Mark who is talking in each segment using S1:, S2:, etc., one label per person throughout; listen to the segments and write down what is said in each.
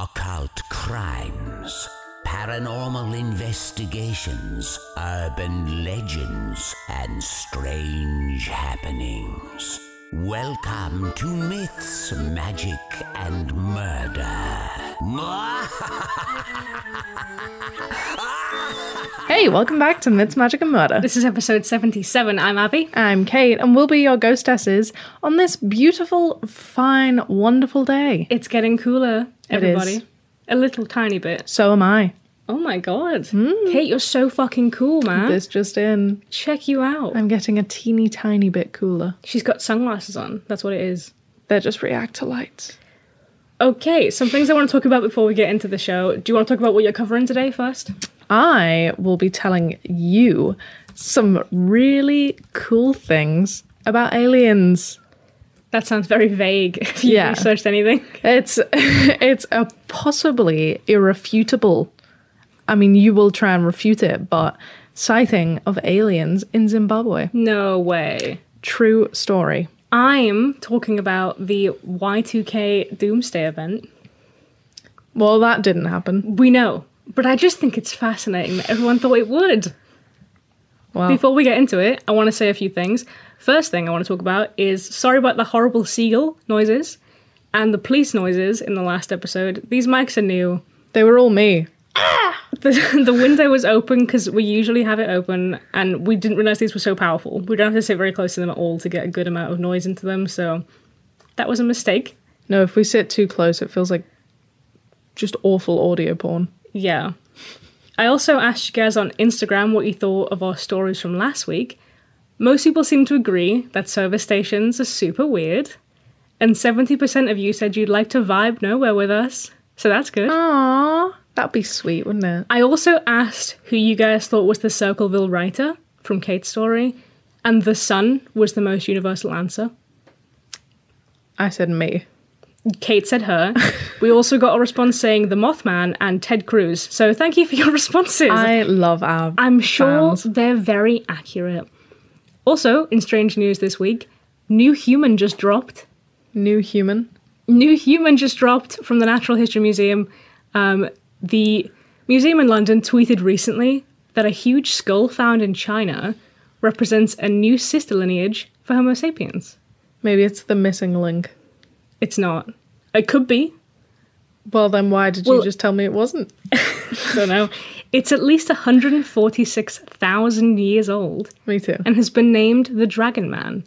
S1: occult crimes, paranormal investigations, urban legends, and strange happenings. Welcome to Myths, Magic, and Murder.
S2: Hey, welcome back to Myths, Magic, and Murder.
S3: This is episode 77. I'm Abby.
S2: I'm Kate, and we'll be your ghostesses on this beautiful, fine, wonderful day.
S3: It's getting cooler,
S2: It is.
S3: everybody. A little tiny bit.
S2: So am I.
S3: Oh my god.
S2: Hmm.
S3: Kate, you're so fucking cool, man.
S2: This just in.
S3: Check you out.
S2: I'm getting a teeny tiny bit cooler.
S3: She's got sunglasses on. That's what it is.
S2: They're just reactor lights.
S3: Okay, some things I want to talk about before we get into the show. Do you want to talk about what you're covering today first?
S2: I will be telling you some really cool things about aliens.
S3: That sounds very vague if you
S2: Yeah.
S3: researched anything.
S2: It's it's a possibly irrefutable. I mean, you will try and refute it, but sighting of aliens in Zimbabwe.
S3: No way.
S2: True story.
S3: I'm talking about the Y2K Doomsday event.
S2: Well, that didn't happen.
S3: We know, but I just think it's fascinating that everyone thought it would.
S2: Well,
S3: Before we get into it, I want to say a few things. First thing I want to talk about is sorry about the horrible seagull noises and the police noises in the last episode. These mics are new.
S2: they were all me.
S3: The, the window was open because we usually have it open, and we didn't realize these were so powerful. We don't have to sit very close to them at all to get a good amount of noise into them, so that was a mistake.
S2: No, if we sit too close, it feels like just awful audio porn.
S3: Yeah. I also asked you guys on Instagram what you thought of our stories from last week. Most people seem to agree that service stations are super weird, and 70% of you said you'd like to vibe nowhere with us, so that's good.
S2: Aww, that'd be sweet, wouldn't it?
S3: I also asked who you guys thought was the Circleville writer from Kate's story, and the sun was the most universal answer.
S2: I said me.
S3: Kate said her. we also got a response saying the Mothman and Ted Cruz, so thank you for your responses.
S2: I love our.
S3: I'm sure
S2: fans.
S3: they're very accurate. Also, in strange news this week, New Human just dropped.
S2: new human.
S3: New Human just dropped from the Natural History Museum. Um, the museum in London tweeted recently that a huge skull found in China represents a new sister lineage for Homo sapiens.
S2: Maybe it's the missing link.
S3: It's not. It could be.
S2: Well, then why did you
S3: Well-
S2: just tell me it wasn't?
S3: don't know. It's at least 146,000 years old
S2: Me too.
S3: and has been named the Dragon Man.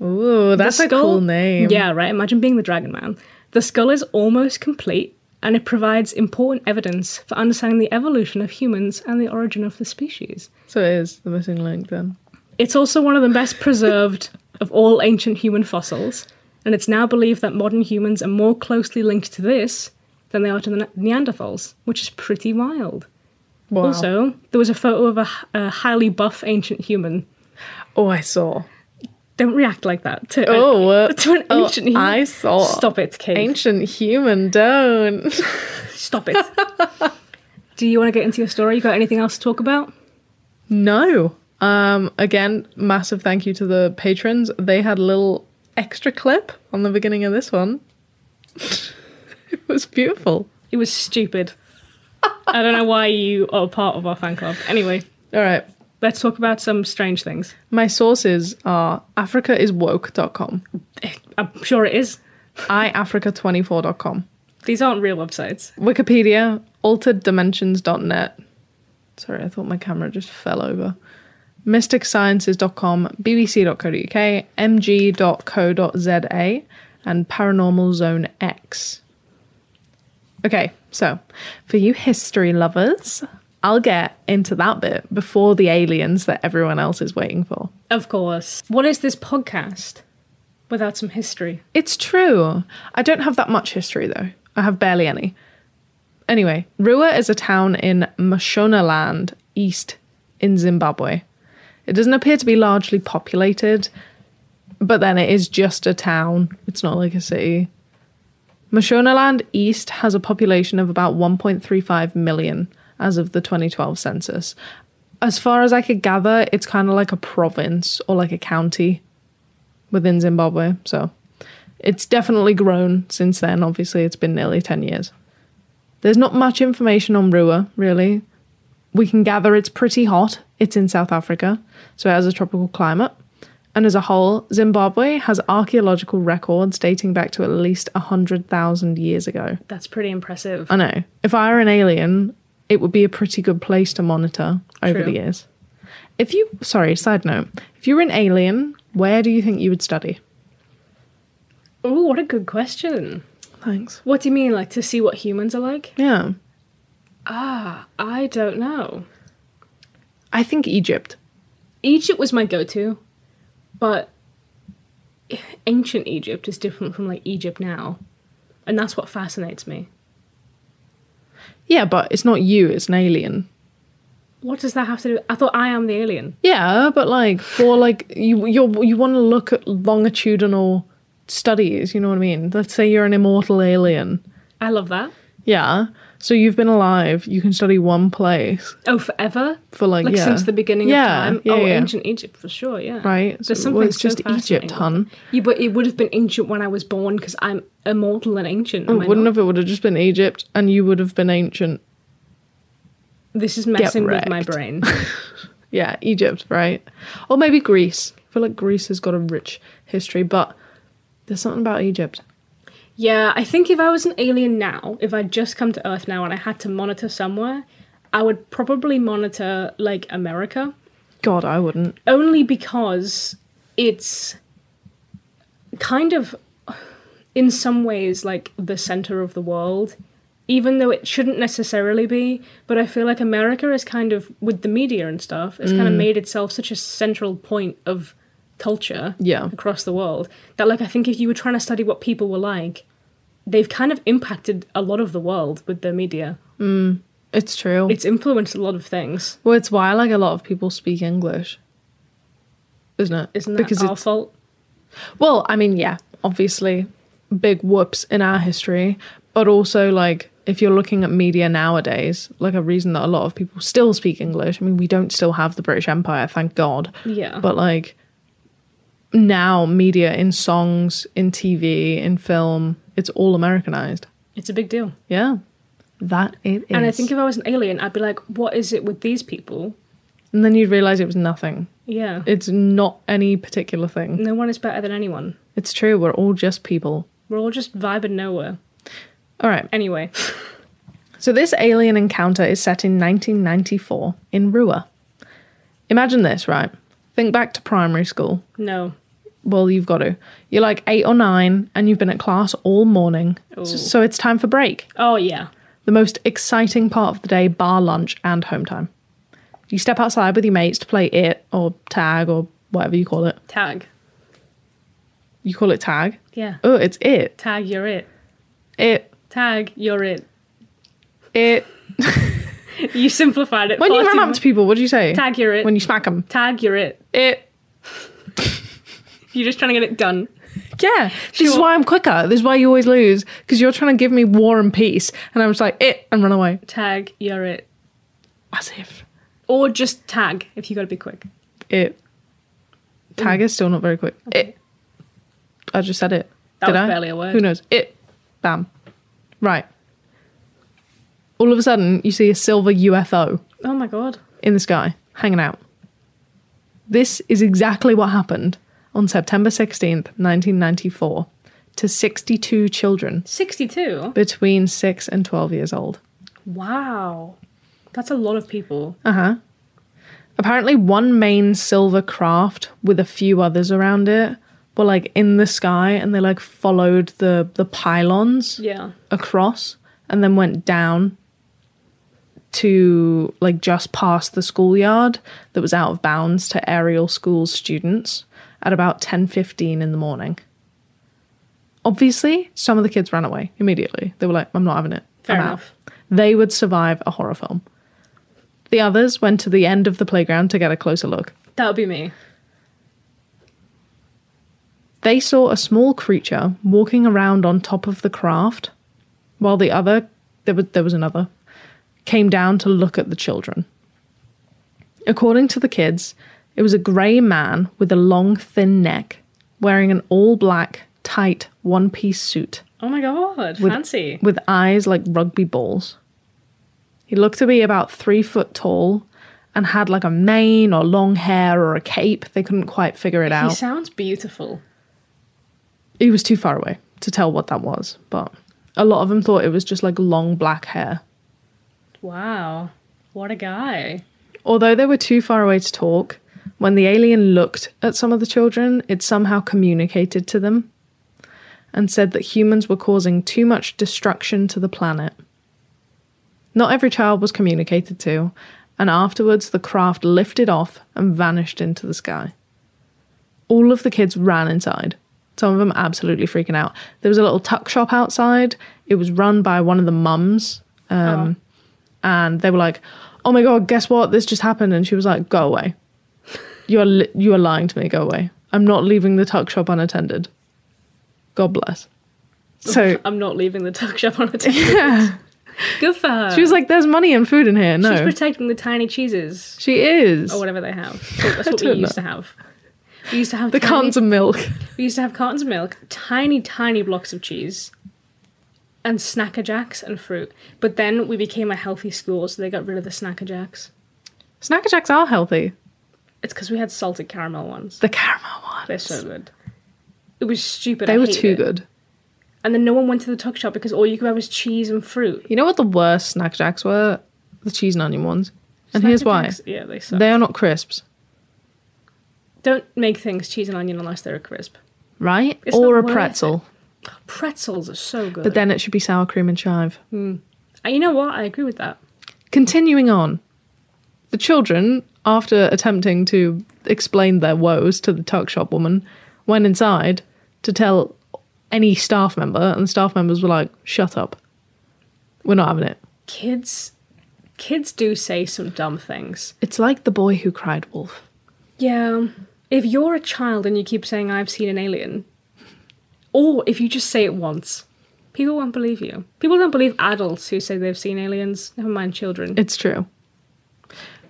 S2: Ooh, that's
S3: The
S2: a cool name.
S3: Yeah, right. Imagine being the Dragon Man. The skull is almost complete, and it provides important evidence for understanding the evolution of humans and the origin of the species.
S2: So it is the missing link then.
S3: It's also one of the best preserved of all ancient human fossils, and it's now believed that modern humans are more closely linked to this than they are to the Ne- Neanderthals, which is pretty wild.
S2: Wow.
S3: Also, there was a photo of a, h- a highly buff ancient human.
S2: oh, I saw.
S3: Don't react like that to, a-
S2: Oh, what?
S3: to an
S2: Oh,
S3: ancient human.
S2: I saw.
S3: Stop it, Kate.
S2: Ancient human, don't.
S3: Stop it. Do you want to get into your story? You got anything else to talk about?
S2: No. Um, again, massive thank you to the patrons. They had a little extra clip on the beginning of this one. it was beautiful.
S3: It was stupid. I don't know why you are part of our fan club. Anyway,
S2: All right.
S3: let's talk about some strange things.
S2: My sources are africaiswoke.com,
S3: I'm sure it is.
S2: iafrica24.com,
S3: These aren't real websites.
S2: Wikipedia, altereddimensions.net. Sorry, I thought my camera just fell over. mysticsciences.com, bbc.co.uk, mg.co.za, and Paranormal Zone X. Okay, so for you history lovers, I'll get into that bit before the aliens that everyone else is waiting for.
S3: Of course. What is this podcast without some history?
S2: It's true. I don't have that much history though. I have barely any. Anyway, Rua is a town in Mashonaland, east in Zimbabwe. It doesn't appear to be largely populated, but then it is just a town. It's not like a city. Mashonaland East has a population of about 1.35 million as of the 2012 census. As far as I could gather, it's kind of like a province or like a county within Zimbabwe. So it's definitely grown since then. Obviously, it's been nearly 10 years. There's not much information on Rua, really. We can gather it's pretty hot. It's in South Africa, so it has a tropical climate. And as a whole, Zimbabwe has archaeological records dating back to at least 100,000 years ago.
S3: That's pretty impressive.
S2: I know. If I were an alien, it would be a pretty good place to monitor over
S3: True.
S2: the years. If you, sorry, side note, if you were an alien, where do you think you would study?
S3: Oh, what a good question.
S2: Thanks.
S3: What do you mean, like to see what humans are like?
S2: Yeah.
S3: Ah, I don't know.
S2: I think Egypt.
S3: Egypt was my go to, but ancient Egypt is different from like Egypt now. And that's what fascinates me.
S2: Yeah, but it's not you, it's an alien.
S3: What does that have to do? I thought I am the alien.
S2: Yeah, but like for like you you you want to look at longitudinal studies, you know what I mean? Let's say you're an immortal alien.
S3: I love that.
S2: Yeah. So you've been alive, you can study one place
S3: Oh, forever?
S2: for like,
S3: Like
S2: yeah.
S3: since the beginning
S2: Yeah,
S3: of time?
S2: yeah,
S3: oh,
S2: yeah.
S3: ancient Egypt for sure, yeah.
S2: Right.
S3: There's
S2: So,
S3: something
S2: well, it's
S3: so
S2: just Egypt,
S3: fascinating.
S2: hun.
S3: Yeah, but it would have been ancient when I was born because I'm immortal and ancient. am I
S2: Oh, Wouldn't
S3: not?
S2: have it would have just been Egypt and you would have been ancient.
S3: This is messing with my
S2: wrecked.
S3: brain.
S2: Yeah, Egypt, right? Or maybe Greece. I feel like Greece has got a rich history, but there's something about Egypt.
S3: yeah, I think if I was an alien now, if I'd just come to Earth now and I had to monitor somewhere, I would probably monitor like America.
S2: God, I wouldn't.
S3: only because it's kind of in some ways like the center of the world even though it shouldn't necessarily be but i feel like america is kind of with the media and stuff it's
S2: Mm.
S3: kind of made itself such a central point of culture
S2: Yeah.
S3: across the world that like i think if you were trying to study what people were like they've kind of impacted a lot of the world with their media
S2: It's true.
S3: it's influenced a lot of things
S2: Well, it's why like a lot of people speak English, isn't it?
S3: isn't that
S2: because
S3: our
S2: it's
S3: fault
S2: well, I mean, yeah, obviously, big whoops in our history, but also like if you're looking at media nowadays, like a reason that a lot of people still speak English. I mean, we don't still have the British Empire, thank God.
S3: Yeah.
S2: But like now, media in songs, in TV, in film, it's all Americanized.
S3: it's a big deal
S2: Yeah, that it is.
S3: And I think if I was an alien, I'd be like, what is it with these people?
S2: and then you'd realize it was nothing.
S3: Yeah.
S2: It's not any particular thing.
S3: no one is better than anyone.
S2: It's true. We're all just people.
S3: We're all just vibing nowhere.
S2: All right.
S3: Anyway,
S2: So this alien encounter is set in 1994 in Rua. Imagine this, right? Think back to primary school.
S3: no.
S2: Well, you've got to. You're like eight or nine, and you've been at class all morning. S- So it's time for break.
S3: Oh, yeah.
S2: The most exciting part of the day, bar lunch and home time. You step outside with your mates to play it or tag or whatever you call it.
S3: Tag.
S2: You call it tag.
S3: Yeah.
S2: Oh, it's it.
S3: Tag, you're it.
S2: It.
S3: Tag, you're it.
S2: It.
S3: You simplified it.
S2: When
S3: far
S2: you run
S3: too
S2: up
S3: much.
S2: to people, what do you say?
S3: Tag, you're it.
S2: When you smack them.
S3: Tag, you're it.
S2: It.
S3: You're just trying to get it done.
S2: Yeah, this is
S3: Sure.
S2: why I'm quicker. This is why you always lose because you're trying to give me war and peace, and I'm just like it and run away
S3: Tag, you're it.
S2: as if
S3: Or just tag if you got to be quick.
S2: it. Tag is still not very quick. It. I just said it.
S3: That
S2: Did
S3: was
S2: I?
S3: barely a word.
S2: Who knows? It. Bam. Right. All of a sudden, you see a silver UFO
S3: Oh my god.
S2: in the sky hanging out. This is exactly what happened on September 16th, 1994, to 62 children
S3: 62?
S2: between 6 and 12 years old.
S3: Wow. That's a lot of people.
S2: Uh, Uh-huh. Apparently, one main silver craft with a few others around it were like in the sky, and they like followed the the pylons
S3: Yeah.
S2: across, and then went down to like just past the schoolyard that was out of bounds to aerial school students at about ten fifteen in the morning. Obviously, some of the kids ran away immediately. They were like, "I'm not having it.
S3: Fair
S2: I'm out."
S3: enough.
S2: they would survive a horror film. The others went to the end of the playground to get a closer look.
S3: That would be me.
S2: They saw a small creature walking around on top of the craft, while the other, there was, there was another, came down to look at the children. According to the kids, it was a grey man with a long, thin neck, wearing an all black, tight, one piece suit
S3: Oh my god,
S2: With-
S3: fancy.
S2: with eyes like rugby balls. He looked to be about three foot tall and had like a mane or long hair or a cape. They couldn't quite figure it
S3: He
S2: out.
S3: sounds beautiful.
S2: He was too far away to tell what that was, but a lot of them thought it was just like long black hair.
S3: Wow. What a guy.
S2: Although they were too far away to talk, when the alien looked at some of the children, it somehow communicated to them and said that humans were causing too much destruction to the planet. Not every child was communicated to, and afterwards the craft lifted off and vanished into the sky. All of the kids ran inside, some of them absolutely freaking out. There was a little tuck shop outside, it was run by one of the mums um, and they were like, "Oh my god, guess what? This just happened." And she was like, "Go away. You are li- you are lying to me. Go away. I'm not leaving the tuck shop unattended. God bless." So
S3: I'm not leaving the tuck shop on a table. Good for her.
S2: she was like, "There's money and food in here."
S3: She's Oh,
S2: No,
S3: protecting the tiny cheeses
S2: she is
S3: or whatever they have. That's what we
S2: don't
S3: used to have. We used to have
S2: the
S3: tiny-
S2: cans of milk.
S3: We used to have cartons of milk, tiny, tiny blocks of cheese, and snacker jacks and fruit. But then we became a healthy school, so they got rid of the snacker jacks.
S2: Snacker jacks are healthy.
S3: It's because we had salted caramel ones.
S2: The caramel ones.
S3: They're so good. It was stupid.
S2: They
S3: I
S2: were
S3: hated
S2: too
S3: it.
S2: good.
S3: And then no one went to the tuck shop because all you could have was cheese and fruit.
S2: You know what the worst snack jacks were? The cheese and onion ones. And here's
S3: Snacker
S2: why.
S3: jacks- Yeah, they suck.
S2: They are not crisps,
S3: Don't make things cheese and onion unless they're crisp.
S2: right?
S3: It's
S2: or
S3: not
S2: a
S3: worth it.
S2: pretzel.
S3: Pretzels are so good.
S2: But then it should be sour cream and chive.
S3: And you know what? I agree with that.
S2: Continuing on, the children, after attempting to explain their woes to the tuck shop woman, went inside to tell any staff member, and the staff members were like, shut up. We're not having it.
S3: Kids, kids do say some dumb things.
S2: It's like the boy who cried wolf.
S3: Yeah. If you're a child and you keep saying, I've seen an alien, or if you just say it once, people won't believe you. People don't believe adults who say they've seen aliens, never mind children.
S2: It's true.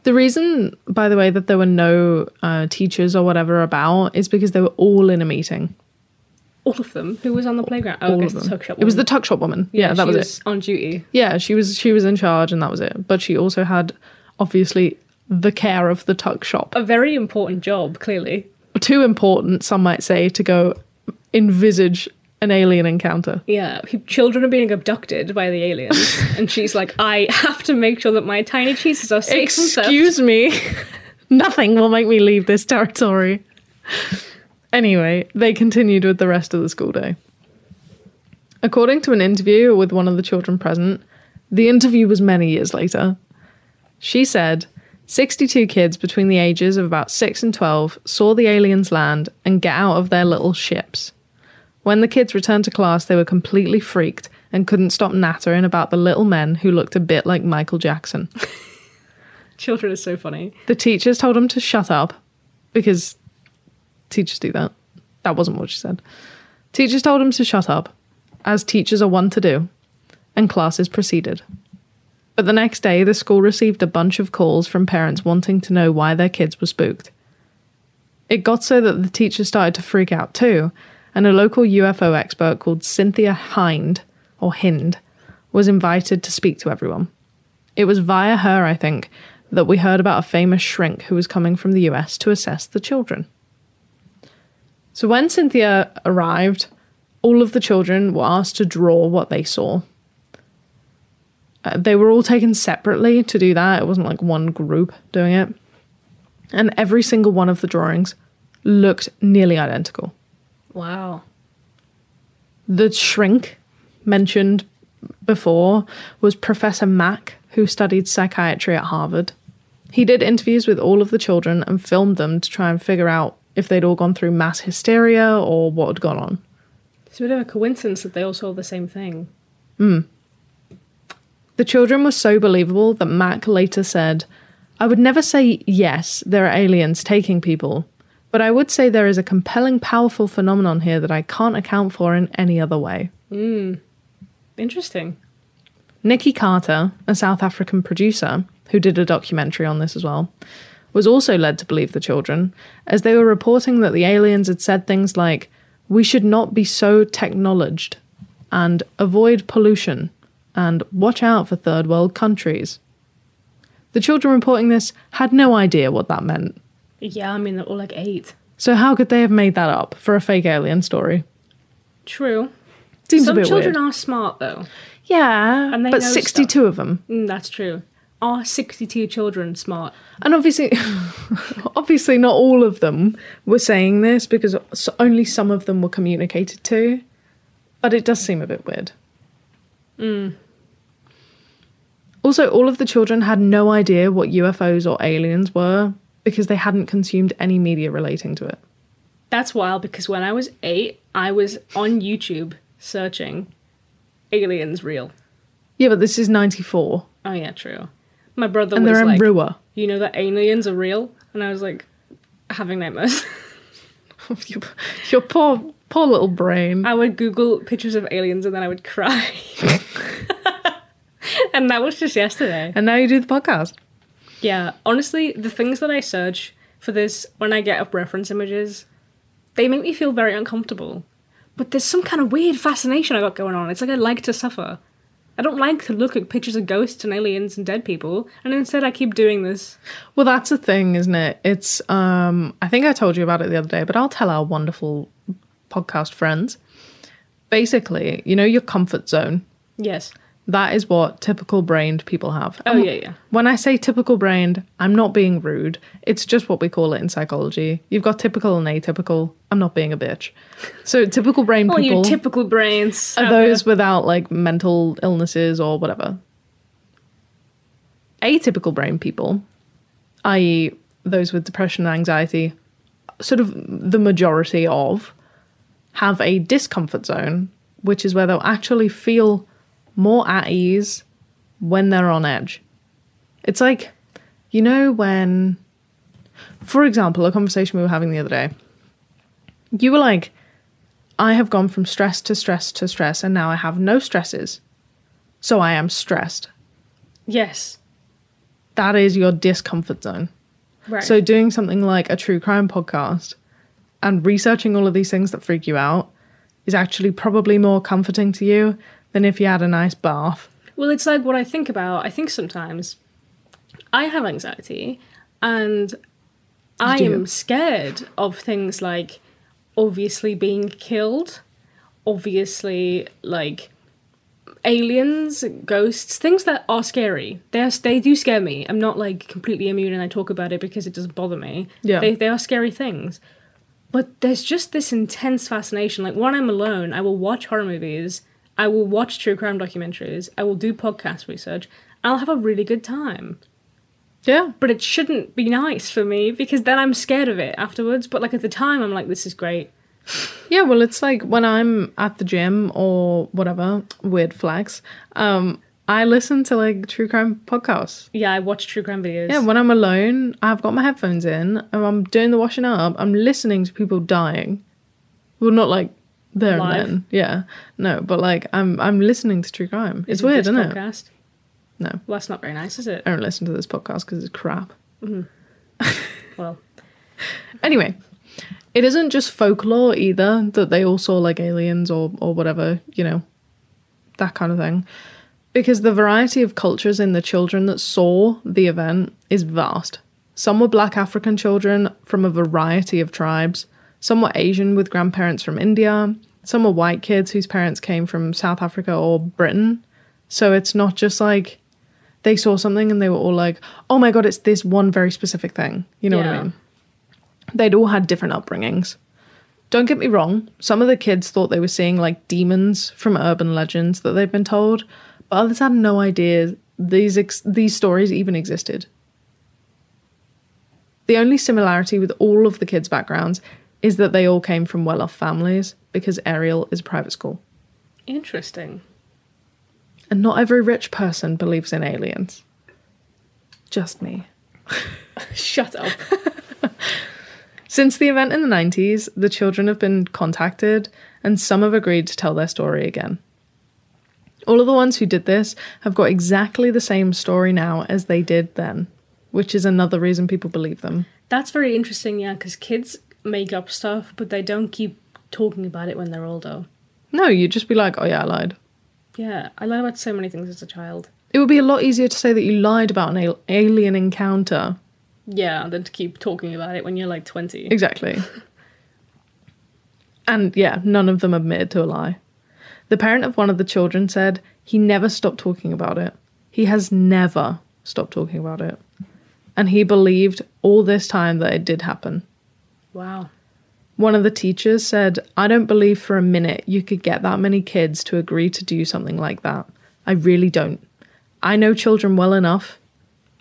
S2: The reason, by the way, that there were no uh, teachers or whatever about is because they were all in a meeting.
S3: All of them. Who was on the playground? Oh, I
S2: All
S3: guess
S2: of them.
S3: the tuck shop
S2: it was the
S3: woman.
S2: tuck shop woman. Yeah, that
S3: she
S2: was it.
S3: On duty.
S2: yeah she was she was in charge and that was it but she also had obviously the care of the tuck shop
S3: A very important job, clearly.
S2: too important some might say to go envisage an alien encounter
S3: Yeah, he- children are being abducted by the aliens, and she's like, "I have to make sure that my tiny cheeses are safe." from theft."
S2: excuse me nothing will make me leave this territory anyway they continued with the rest of the school day according to an interview with one of the children present the interview was many years later She said 62 kids between the ages of about 6 and 12 saw the aliens land and get out of their little ships. When the kids returned to class, they were completely freaked and couldn't stop nattering about the little men who looked a bit like Michael Jackson.
S3: Children are so funny.
S2: The teachers told them to shut up because teachers do that. That wasn't what she said. Teachers told them to shut up, as teachers are wont to do, and classes proceeded. But the next day, the school received a bunch of calls from parents wanting to know why their kids were spooked. It got so that the teachers started to freak out too, and a local UFO expert called Cynthia Hind, or Hind, was invited to speak to everyone. It was via her, I think, that we heard about a famous shrink who was coming from the US to assess the children. So when Cynthia arrived, all of the children were asked to draw what they saw. Uh, they were all taken separately to do that. It wasn't like one group doing it. And every single one of the drawings looked nearly identical.
S3: Wow.
S2: The shrink mentioned before was Professor Mack, who studied psychiatry at Harvard. He did interviews with all of the children and filmed them to try and figure out if they'd all gone through mass hysteria or what had gone on.
S3: It's a bit of a coincidence that they all saw the same thing.
S2: The children were so believable that Mac later said, I would never say, yes, there are aliens taking people, but I would say there is a compelling, powerful phenomenon here that I can't account for in any other way.
S3: Interesting.
S2: Nikki Carter, a South African producer who did a documentary on this as well, was also led to believe the children, as they were reporting that the aliens had said things like, We should not be so technologed, and avoid pollution and watch out for third world countries. The children reporting this had no idea what that meant,
S3: Yeah, I mean, they're all like eight.
S2: so how could they have made that up for a fake alien story?
S3: True.
S2: Seems
S3: Some
S2: a bit
S3: children
S2: weird.
S3: are smart, though.
S2: yeah,
S3: and they
S2: but
S3: know
S2: 62 of them.
S3: Mm, that's true. Are 62 children smart?
S2: And obviously, obviously, not all of them were saying this because s- only some of them were communicated to. But it does seem a bit weird. Also, all of the children had no idea what UFOs or aliens were because they hadn't consumed any media relating to it.
S3: That's wild because when I was eight, I was on YouTube searching aliens real.
S2: Yeah, but this is 94
S3: Oh, yeah, true. My brother
S2: and
S3: was
S2: they're in
S3: like,
S2: Rua.
S3: You know that aliens are real? And I was like, having nightmares.
S2: your, your poor, poor little brain.
S3: I would Google pictures of aliens and then I would cry. and that was just yesterday.
S2: And now you do the podcast.
S3: Yeah, honestly, the things that I search for this when I get up reference images, they make me feel very uncomfortable. But there's some kind of weird fascination I got going on. It's like I like to suffer. I don't like to look at pictures of ghosts and aliens and dead people, and instead I keep doing this.
S2: Well, that's the thing, isn't it? It's um I think I told you about it the other day, but I'll tell our wonderful podcast friends. Basically, you know your comfort zone.
S3: Yes.
S2: That is what typical brained people have.
S3: Oh,
S2: And
S3: yeah, yeah.
S2: When I say typical brained, I'm not being rude. It's just what we call it in psychology. You've got typical and atypical. I'm not being a bitch. So typical brained
S3: All
S2: people
S3: you typical brains.
S2: are
S3: out there.
S2: those without like mental illnesses or whatever. Atypical brain people, i.e., those with depression and anxiety, sort of the majority of, have a discomfort zone, which is where they'll actually feel more at ease when they're on edge. It's like, you know, when, for example, a conversation we were having the other day, you were like, I have gone from stress to stress to stress, and now I have no stresses. So I am stressed.
S3: Yes.
S2: That is your discomfort zone.
S3: Right.
S2: So, doing something like a true crime podcast and researching all of these things that freak you out is actually probably more comforting to you than if you had a nice bath.
S3: Well, it's like what I think about. I think sometimes I have anxiety and I
S2: do.
S3: am scared of things like obviously being killed, obviously, like aliens, ghosts, things that are scary. They, are, they do scare me. I'm not like completely immune and I talk about it because it doesn't bother me.
S2: Yeah.
S3: They, they are scary things. But there's just this intense fascination. Like when I'm alone, I will watch horror movies, I will watch true crime documentaries, I will do podcast research, and I'll have a really good time.
S2: Yeah.
S3: But it shouldn't be nice for me because then I'm scared of it afterwards. But like at the time, I'm like, this is great.
S2: Yeah, well, it's like when I'm at the gym or whatever, weird flex, um, I listen to like true crime podcasts.
S3: Yeah, I watch true crime videos.
S2: Yeah, when I'm alone, I've got my headphones in and I'm doing the washing up. I'm listening to people dying. Well, not like there
S3: Live?
S2: and then. Yeah. No, but like I'm I'm listening to true crime. It's weird,
S3: this
S2: isn't it?
S3: podcast?
S2: No.
S3: Well, that's not very nice, is it?
S2: I don't listen to this podcast because it's crap.
S3: Well,
S2: Anyway, it isn't just folklore either that they all saw like aliens or or whatever, you know, that kind of thing. Because the variety of cultures in the children that saw the event is vast. Some were black African children from a variety of tribes. Some were Asian with grandparents from India. Some were white kids whose parents came from South Africa or Britain. So it's not just like they saw something and they were all like, oh my God, it's this one very specific thing. You know what I
S3: Yeah.
S2: mean? They'd all had different upbringings. Don't get me wrong, some of the kids thought they were seeing like demons from urban legends that they'd been told, but others had no idea these ex- these stories even existed. The only similarity with all of the kids' backgrounds is that they all came from well-off families because Ariel is a private school,
S3: interesting.
S2: and not every rich person believes in aliens. Just me.
S3: Shut up.
S2: Since the event in the 90s, the children have been contacted and some have agreed to tell their story again. All of the ones who did this have got exactly the same story now as they did then, which is another reason people believe them.
S3: That's very interesting, yeah, because kids make up stuff, but they don't keep talking about it when they're older.
S2: No, you'd just be like, oh yeah, I lied.
S3: Yeah, I lied about so many things as a child.
S2: It would be a lot easier to say that you lied about an al- alien encounter.
S3: Yeah, than to keep talking about it when you're like 20.
S2: Exactly. and yeah, none of them admitted to a lie. The parent of one of the children said he never stopped talking about it. He has never stopped talking about it. And he believed all this time that it did happen.
S3: Wow.
S2: One of the teachers said, I don't believe for a minute you could get that many kids to agree to do something like that. I really don't. I know children well enough.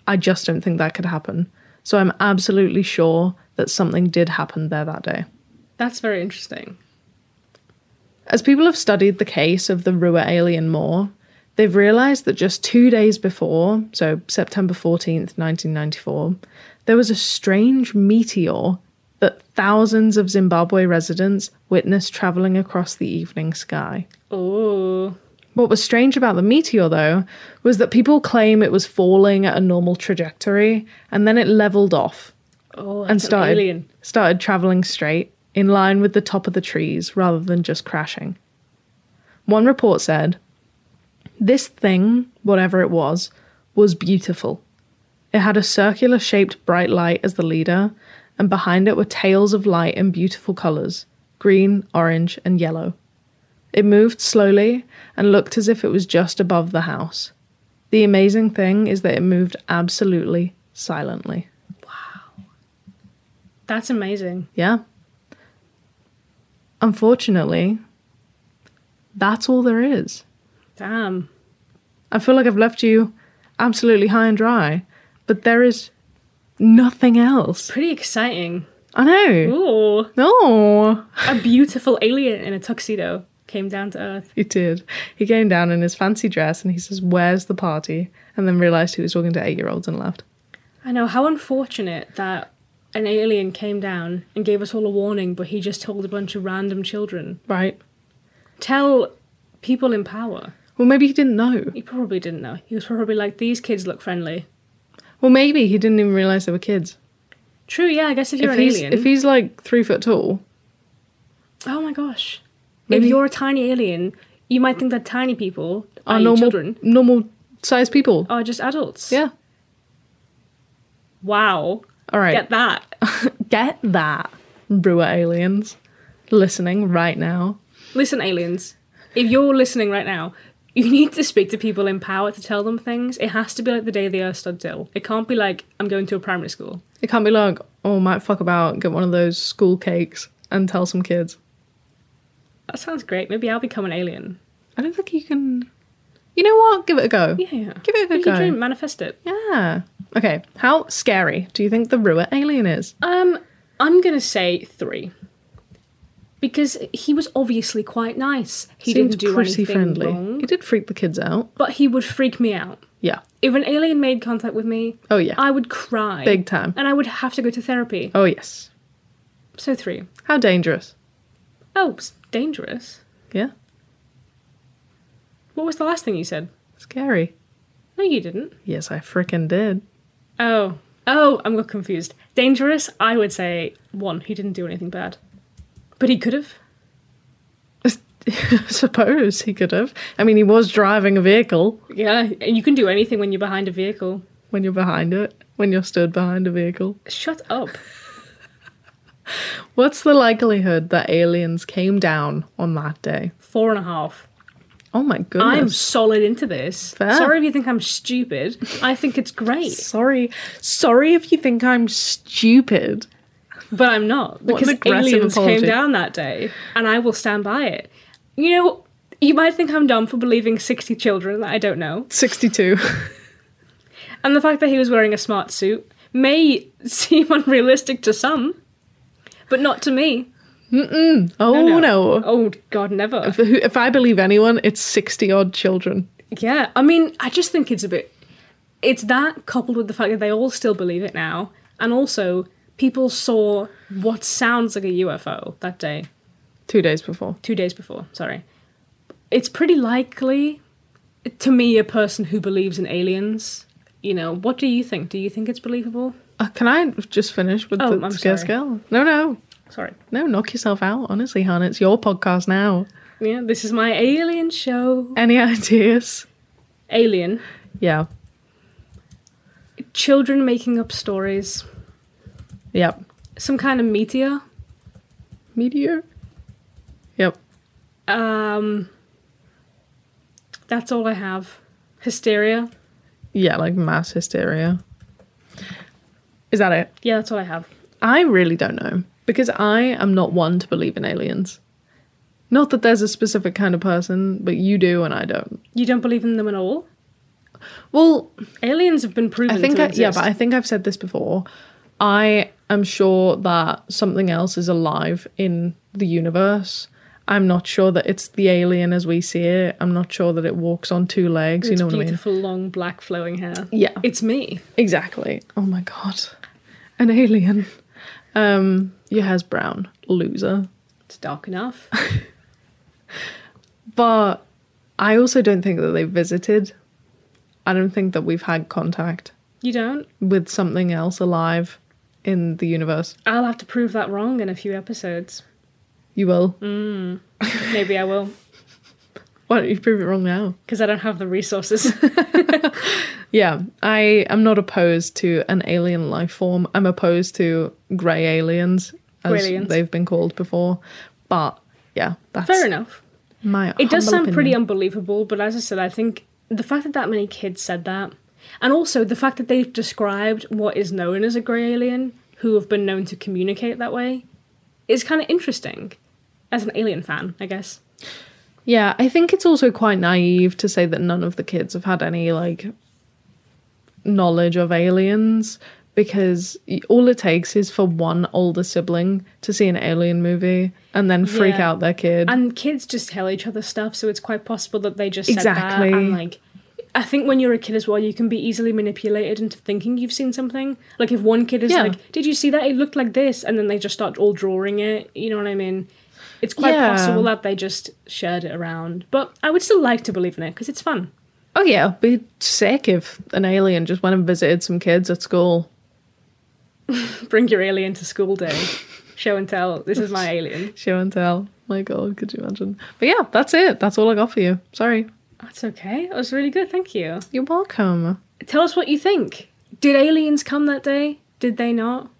S2: I just don't think that could happen. So I'm absolutely sure that something did happen there that day.
S3: That's very interesting.
S2: As people have studied the case of the Rua alien more, they've realised that just two days before, so September 14th, 1994, there was a strange meteor that thousands of Zimbabwe residents witnessed travelling across the evening sky.
S3: Oh,
S2: What was strange about the meteor, though, was that people claim it was falling at a normal trajectory and then it levelled off
S3: oh, that's
S2: and started
S3: an alien.
S2: started traveling straight in line with the top of the trees rather than just crashing. One report said, "This thing, whatever it was, was beautiful. It had a circular shaped bright light as the leader, and behind it were tails of light in beautiful colors, green, orange, and yellow. It moved slowly and looked as if it was just above the house. The amazing thing is that it moved absolutely silently."
S3: That's amazing.
S2: Yeah. Unfortunately, that's all there is.
S3: Damn.
S2: I feel like I've left you absolutely high and dry, but there is nothing else.
S3: Pretty exciting.
S2: I know.
S3: Ooh.
S2: No.
S3: A beautiful alien in a tuxedo came down to Earth.
S2: He did. He came down in his fancy dress and he says, Where's the party? And then realized he was talking to eight year olds and left.
S3: I know, how unfortunate that an alien came down and gave us all a warning, but he just told a bunch of random children.
S2: Right.
S3: Tell people in power.
S2: Well, maybe he didn't know.
S3: He probably didn't know. He was probably like, these kids look friendly.
S2: Well, maybe he didn't even realize they were kids.
S3: True, yeah, I guess if you're
S2: if
S3: an
S2: he's
S3: alien.
S2: if he's like three foot tall,
S3: oh my gosh.
S2: Maybe-
S3: If you're a tiny alien, you might think that tiny people
S2: are
S3: i.e.
S2: normal
S3: children Oh.
S2: normal sized people.
S3: are just adults.
S2: Yeah.
S3: Wow.
S2: All right.
S3: Get that.
S2: Get that, Brewer aliens listening right now.
S3: Listen, aliens, if you're listening right now, you need to speak to people in power to tell them things. It has to be like the day the earth stood still. It can't be like, I'm going to a primary school.
S2: It can't be like, oh, might fuck about, get one of those school cakes and tell some kids.
S3: That sounds great. Maybe I'll become an alien.
S2: I don't think you can. You know what? Give it a go.
S3: Yeah, yeah.
S2: Give it a
S3: Make your
S2: go.
S3: dream, manifest it.
S2: Yeah. Okay. How scary do you think the Rua alien is?
S3: Um, I'm gonna say three. Because he was obviously quite nice. He didn't do anything wrong,
S2: He did freak the kids out.
S3: but he would freak me out.
S2: Yeah.
S3: If an alien made contact with me,
S2: Oh yeah.
S3: I would cry
S2: Big time.
S3: and I would have to go to therapy.
S2: Oh yes.
S3: So three.
S2: How dangerous?
S3: Oh, it's dangerous.
S2: Yeah.
S3: What was the last thing you said?
S2: Scary.
S3: No, you didn't.
S2: Yes, I frickin' did.
S3: Oh, oh, I'm got confused. Dangerous. I would say one. He didn't do anything bad, but he could have.
S2: Suppose he could have. I mean, he was driving a vehicle.
S3: Yeah, and you can do anything when you're behind a vehicle.
S2: when you're behind it, when you're stood behind a vehicle.
S3: Shut up.
S2: What's the likelihood that aliens came down on that day?
S3: Four and a half.
S2: Oh my
S3: I'm
S2: goodness.
S3: solid into this.
S2: Fair.
S3: Sorry if you think I'm stupid. I think it's great,
S2: sorry. Sorry if you think I'm stupid.
S3: but I'm not
S2: What
S3: because
S2: an aggressive
S3: aliens came
S2: apology.
S3: down that day, and I will stand by it. You know, you might think I'm dumb for believing 60 children that I don't know.
S2: 62.
S3: And the fact that he was wearing a smart suit may seem unrealistic to some, but not to me.
S2: Oh no.
S3: Oh, God, never.
S2: If- If I believe anyone, it's 60 odd children.
S3: Yeah, I mean, I just think it's a bit. It's that coupled with the fact that they all still believe it now, and also people saw what sounds like a UFO that day,
S2: Two days before.
S3: two days before, sorry. It's pretty likely, to me, a person who believes in aliens. You know, what do you think? Do you think it's believable?
S2: Uh, can I just finish with
S3: Oh,
S2: the
S3: I'm
S2: scare
S3: sorry.
S2: scale? No, no.
S3: Sorry.
S2: No, knock yourself out. Honestly, hon, it's your podcast now.
S3: Yeah, this is my alien show.
S2: Any ideas?
S3: Alien.
S2: Yeah.
S3: Children making up stories.
S2: Yep.
S3: Some kind of meteor.
S2: Meteor. Yep.
S3: Um, that's all I have. Hysteria.
S2: Yeah, like mass hysteria. Is that it?
S3: Yeah, that's all I have.
S2: I really don't know because I am not one to believe in aliens. Not that there's a specific kind of person, but you do and I don't.
S3: You don't believe in them at all?
S2: Well,
S3: Aliens have been proven
S2: I think
S3: to
S2: I,
S3: exist.
S2: yeah, but I think I've said this before. I am sure that something else is alive in the universe. I'm not sure that it's the alien as we see it. I'm not sure that it walks on two legs. you
S3: it's
S2: know what I mean?
S3: beautiful long black flowing hair.
S2: Yeah.
S3: It's me.
S2: Exactly. Oh my god, an alien. Um, your hair's brown, loser.
S3: It's dark enough.
S2: But I also don't think that they visited. I don't think that we've had contact
S3: you don't?
S2: with something else alive in the universe.
S3: I'll have to prove that wrong in a few episodes.
S2: You will.
S3: Mm. Maybe I will,
S2: Why don't you prove it wrong now?
S3: because I don't have the resources.
S2: Yeah, I am not opposed to an alien life form. I'm opposed to grey aliens, as
S3: Brilliant.
S2: they've been called before. But yeah, that's
S3: Fair enough.
S2: my.
S3: It does
S2: humble
S3: sound pretty
S2: opinion.
S3: unbelievable, but as I said, I think the fact that that many kids said that, and also the fact that they've described what is known as a grey alien, who have been known to communicate that way, is kind of interesting. As an alien fan, I guess.
S2: yeah, I think it's also quite naive to say that none of the kids have had any like knowledge of aliens because y- all it takes is for one older sibling to see an alien movie and then freak
S3: Yeah.
S2: out their kid.
S3: And kids just tell each other stuff, so it's quite possible that they just
S2: Exactly.
S3: said that. And like, I think when you're a kid as well, you can be easily manipulated into thinking you've seen something. Like if one kid is
S2: Yeah.
S3: like, "Did you see that? It looked like this," and then they just start all drawing it. You know what I mean? It's quite
S2: Yeah.
S3: possible that they just shared it around. But I would still like to believe in it because it's fun.
S2: Oh yeah, it'd be sick if an alien just went and visited some kids at school.
S3: Bring your alien to school day, show and tell. This is my alien.
S2: Show and tell. My god, could you imagine? But yeah, that's it. That's all I got for you. Sorry.
S3: That's okay. That was really good. Thank you.
S2: You're welcome.
S3: Tell us what you think. Did aliens come that day? Did they not?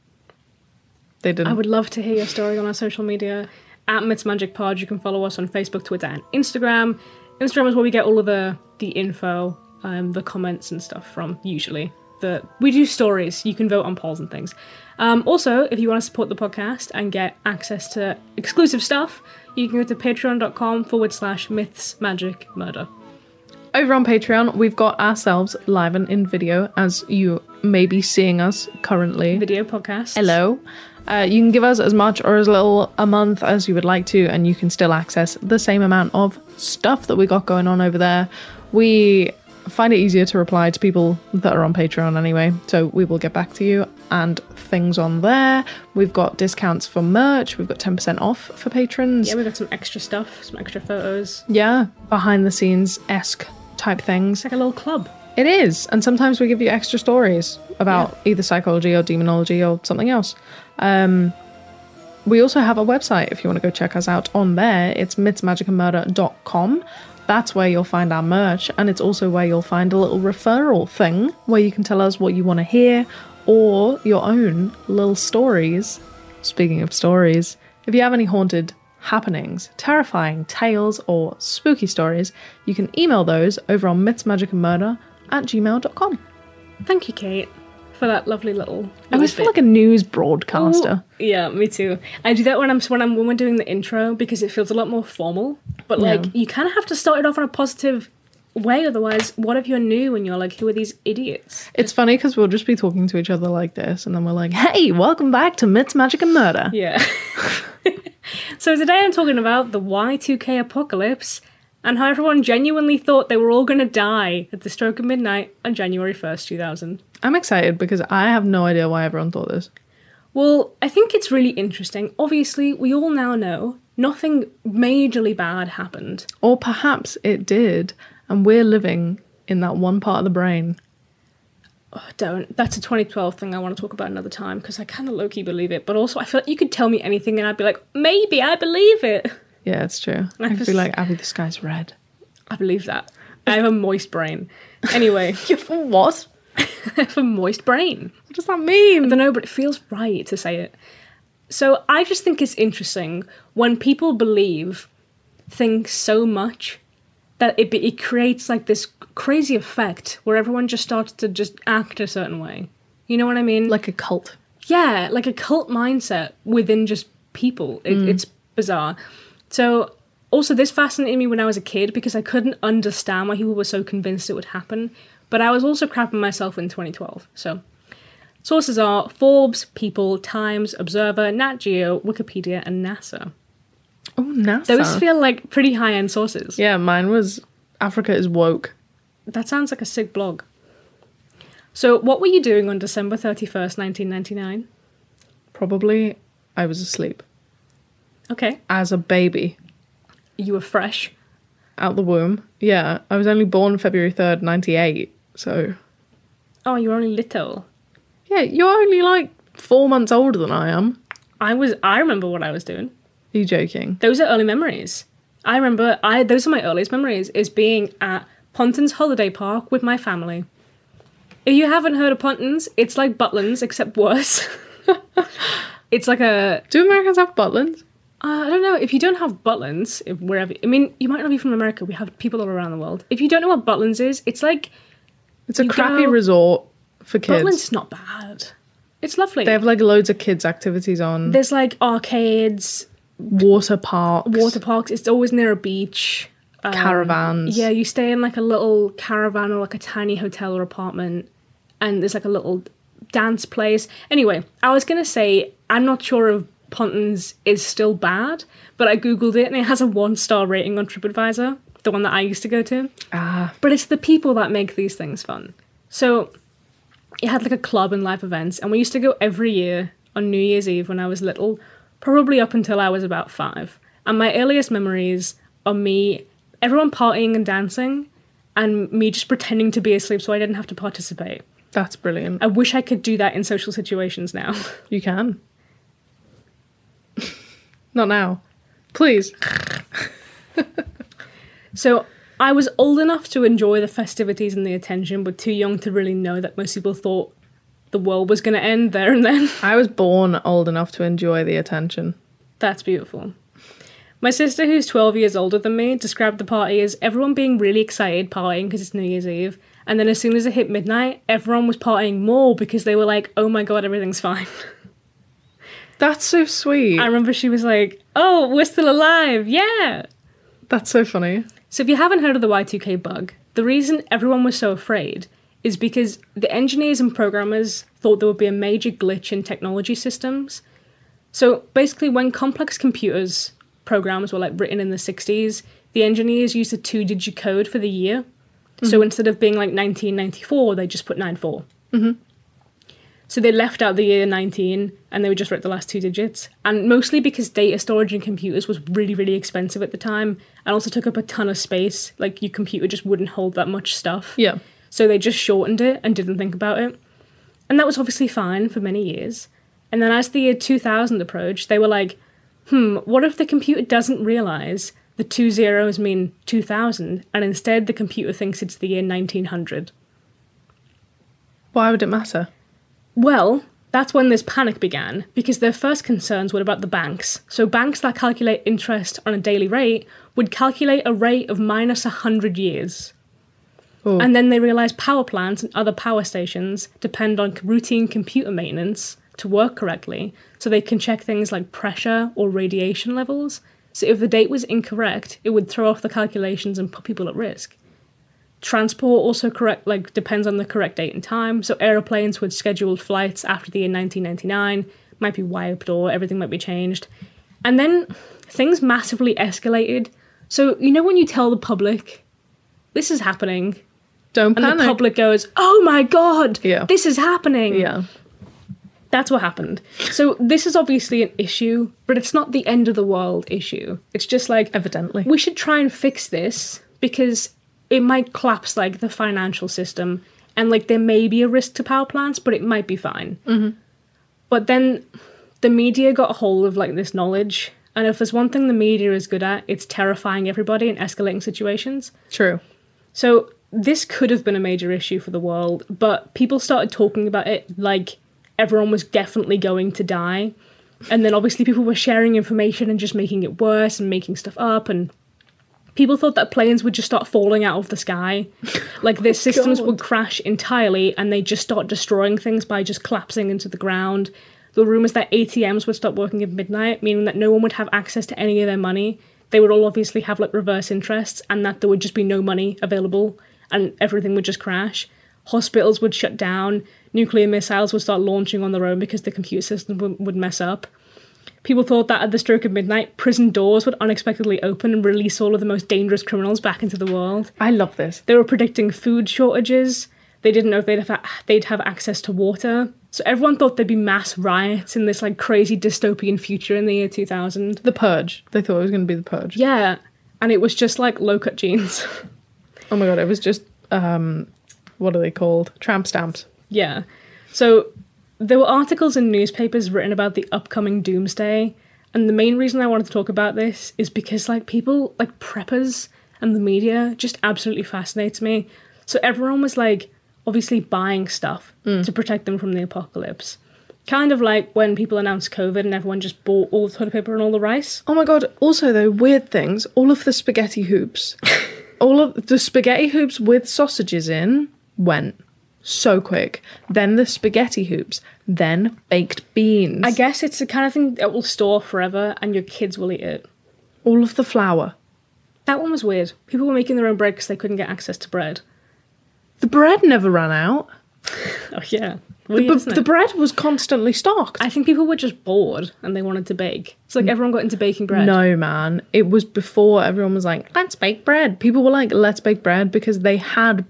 S2: They didn't.
S3: I would love to hear your story on our social media at Myths Magic Pod. You can follow us on Facebook, Twitter, and Instagram. Instagram is where we get all of the the info, um, the comments and stuff from. Usually, the we do stories. You can vote on polls and things. Um, also, if you want to support the podcast and get access to exclusive stuff, you can go to patreon.com forward slash myths magic murder.
S2: Over on Patreon, we've got ourselves live and in video, as you may be seeing us currently.
S3: Video podcast.
S2: Hello. Uh, you can give us as much or as little a month as you would like to, and you can still access the same amount of stuff that we got going on over there. We find it easier to reply to people that are on Patreon anyway, so we will get back to you and things on there. We've got discounts for merch, we've got 10% off for patrons.
S3: Yeah, we got some extra stuff, some extra photos.
S2: yeah, behind the scenes esque type things.
S3: It's like a little club.
S2: It is. And sometimes we give you extra stories about either psychology or demonology or something else. Um, we also have a website if you want to go check us out on there. It's mythsmagicandmurder.com. That's where you'll find our merch. And it's also where you'll find a little referral thing where you can tell us what you want to hear or your own little stories. Speaking of stories, if you have any haunted happenings, terrifying tales, or spooky stories, you can email those over on myths, magic, and murder at gmail.com.
S3: Thank you, Kate, for that lovely little.
S2: I always feel
S3: bit.
S2: like a Oh. news broadcaster.
S3: Ooh, Yeah, me too. I do that when I'm when I'm when we're doing the intro because it feels a lot more formal. But like
S2: Yeah.
S3: you kind of have to start it off in a positive way, otherwise, what if you're new and you're like, who are these idiots?
S2: It's funny because we'll just be talking to each other like this, and then we're like, hey, welcome back to Myths, Magic, and Murder.
S3: Yeah. so today I'm talking about the Y2K apocalypse and how everyone genuinely thought they were all going to die at the stroke of midnight on January 1st, 2000.
S2: I'm excited because I have no idea why everyone thought this.
S3: Well, I think it's really interesting. Obviously, we all now know nothing majorly bad happened.
S2: Or perhaps it did, and we're living in that one part of the brain.
S3: don't. That's a 2012 thing I want to talk about another time because I kind of low key believe it. But also, I feel like you could tell me anything and I'd be like, maybe I believe it.
S2: Yeah, it's true. I could be
S3: just-
S2: like, Abby, the sky's red.
S3: I believe that. I have a moist brain. Anyway,
S2: What?
S3: I have a moist brain.
S2: What does that mean?
S3: I don't know, but it feels right to say it. So I just think it's interesting when people believe things so much that it, be, it creates like this crazy effect where everyone just starts to just act a certain way. You know what I mean?
S2: Like a cult.
S3: yeah, like a cult mindset within just people. It, It's bizarre. So, also, this fascinated me when I was a kid because I couldn't understand why people were so convinced it would happen. But I was also crapping myself in 2012. So, sources are Forbes, People, Times, Observer, Nat Geo, Wikipedia, and NASA.
S2: Oh, NASA.
S3: Those feel like pretty high end sources.
S2: yeah, mine was Africa is woke.
S3: That sounds like a sick blog. So, what were you doing on December 31st, 1999?
S2: Probably I was asleep
S3: Okay,
S2: as a baby
S3: you were fresh.
S2: out the womb. Yeah, I was only born February 3rd, 98. So,
S3: Oh, you were only little.
S2: yeah, you're only like four months older than I am.
S3: I was I remember what I was doing.
S2: Are you joking?
S3: Those are early memories. I remember I those are my earliest memories is being at Ponton's Holiday Park with my family. If you haven't heard of Ponton's, it's like Butlins except worse. it's like a
S2: Do Americans have butlins?
S3: uh, I don't know if you don't have Butlins if wherever I mean you might not be from America. We have people all around the world. If you don't know what Butlins is, it's like
S2: It's a
S3: You
S2: crappy
S3: go-
S2: resort for kids.
S3: Butlins is not bad. It's lovely.
S2: They have like loads of kids' activities on
S3: There's like arcades,
S2: water parks.
S3: water parks. It's always near a beach. Um,
S2: Caravans.
S3: Yeah, you stay in like a little caravan or like a tiny hotel or apartment, and there's like a little dance place. Anyway, I was gonna say I'm not sure if Pontins is still bad, but I googled it and it has a one star rating on TripAdvisor, the one that I used to go to.
S2: Ah,
S3: But it's the people that make these things fun. So it had like a club and live events, and we used to go every year on New Year's Eve when I was little, probably up until I was about five. And my earliest memories are me, everyone partying and dancing, and me just pretending to be asleep so I didn't have to participate.
S2: that's brilliant.
S3: I wish I could do that in social situations now.
S2: You can. Not now. Please.
S3: So I was old enough to enjoy the festivities and the attention, but too young to really know that most people thought the world was going to end there and then.
S2: I was born old enough to enjoy the attention.
S3: That's beautiful. My sister, who's 12 years older than me, described the party as everyone being really excited partying because it's New Year's Eve. And then as soon as it hit midnight, everyone was partying more because they were like, oh my god, everything's fine.
S2: That's so sweet.
S3: I remember she was like, oh, we're still alive, yeah.
S2: that's so funny.
S3: So if you haven't heard of the Y2K bug, the reason everyone was so afraid is because the engineers and programmers thought there would be a major glitch in technology systems. So basically when complex computers programs were like written in the 60s, the engineers used a two-digit code for the year. So instead of being like 1994, they just put 94. So they left out the year 19 and they would just write the last two digits. And mostly because data storage in computers was really, really expensive at the time and also took up a ton of space. Like your computer just wouldn't hold that much stuff.
S2: Yeah.
S3: So they just shortened it and didn't think about it. And that was obviously fine for many years. And then as the year 2000 approached, they were like, hmm, what if the computer doesn't realize the two zeros mean 2000 and instead the computer thinks it's the year 1900?
S2: Why would it matter?
S3: Well, that's when this panic began because their first concerns were about the banks. So, banks that calculate interest on a daily rate would calculate a rate of minus 100 years.
S2: Oh.
S3: And then they realised power plants and other power stations depend on routine computer maintenance to work correctly, so they can check things like pressure or radiation levels. So, if the date was incorrect, it would throw off the calculations and put people at risk transport also correct like depends on the correct date and time so aeroplanes with scheduled flights after the year 1999 might be wiped or everything might be changed and then things massively escalated so you know when you tell the public this is happening
S2: Don't
S3: and
S2: panic.
S3: the public goes oh my god
S2: Yeah.
S3: this is happening
S2: yeah.
S3: that's what happened so this is obviously an issue but it's not the end of the world issue it's just like
S2: Evidently.
S3: we should try and fix this because it might collapse like the financial system and like there may be a risk to power plants but it might be fine but then the media got a hold of like this knowledge And if there's one thing the media is good at, it's terrifying everybody and escalating situations.
S2: True.
S3: So this could have been a major issue for the world, but people started talking about it like everyone was definitely going to die. And then obviously people were sharing information and just making it worse and making stuff up and people thought that planes would just start falling out of the sky. Like their systems would crash entirely and they just start destroying things by just collapsing into the ground. The rumors that ATMs would stop working at midnight, meaning that no one would have access to any of their money. They would all obviously have like reverse interests and that there would just be no money available and everything would just crash. Hospitals would shut down. Nuclear missiles would start launching on their own because the computer system would, would mess up. People thought that at the stroke of midnight, prison doors would unexpectedly open and release all of the most dangerous criminals back into the world.
S2: I love this.
S3: They were predicting food shortages. They didn't know if they'd have, they'd have access to water. So everyone thought there'd be mass riots in this like crazy dystopian future in the year 2000.
S2: The Purge. They thought it was going to be the Purge.
S3: Yeah, and it was just like low cut jeans.
S2: Oh my god, it was just um, what are they called? Tramp stamps.
S3: yeah. So there were articles in newspapers written about the upcoming doomsday, and the main reason I wanted to talk about this is because like people like preppers and the media just absolutely fascinates me. So everyone was like obviously buying stuff to protect them from the apocalypse. Kind of like when people announced COVID and everyone just bought all the toilet paper and all the rice.
S2: Oh my god. Also though, weird things. All of the spaghetti hoops, all of the spaghetti hoops with sausages in went so quick. Then the spaghetti hoops. Then baked beans.
S3: I guess it's the kind of thing that will store forever and your kids will eat it.
S2: all of the flour.
S3: That one was weird. People were making their own bread because they couldn't get access to bread.
S2: The bread never ran out.
S3: Oh yeah.
S2: The- the bread was constantly stocked.
S3: I think people were just bored and they wanted to bake. It's like everyone got into baking bread.
S2: No, man. It was before everyone was like, let's bake bread. People were like, let's bake bread because they had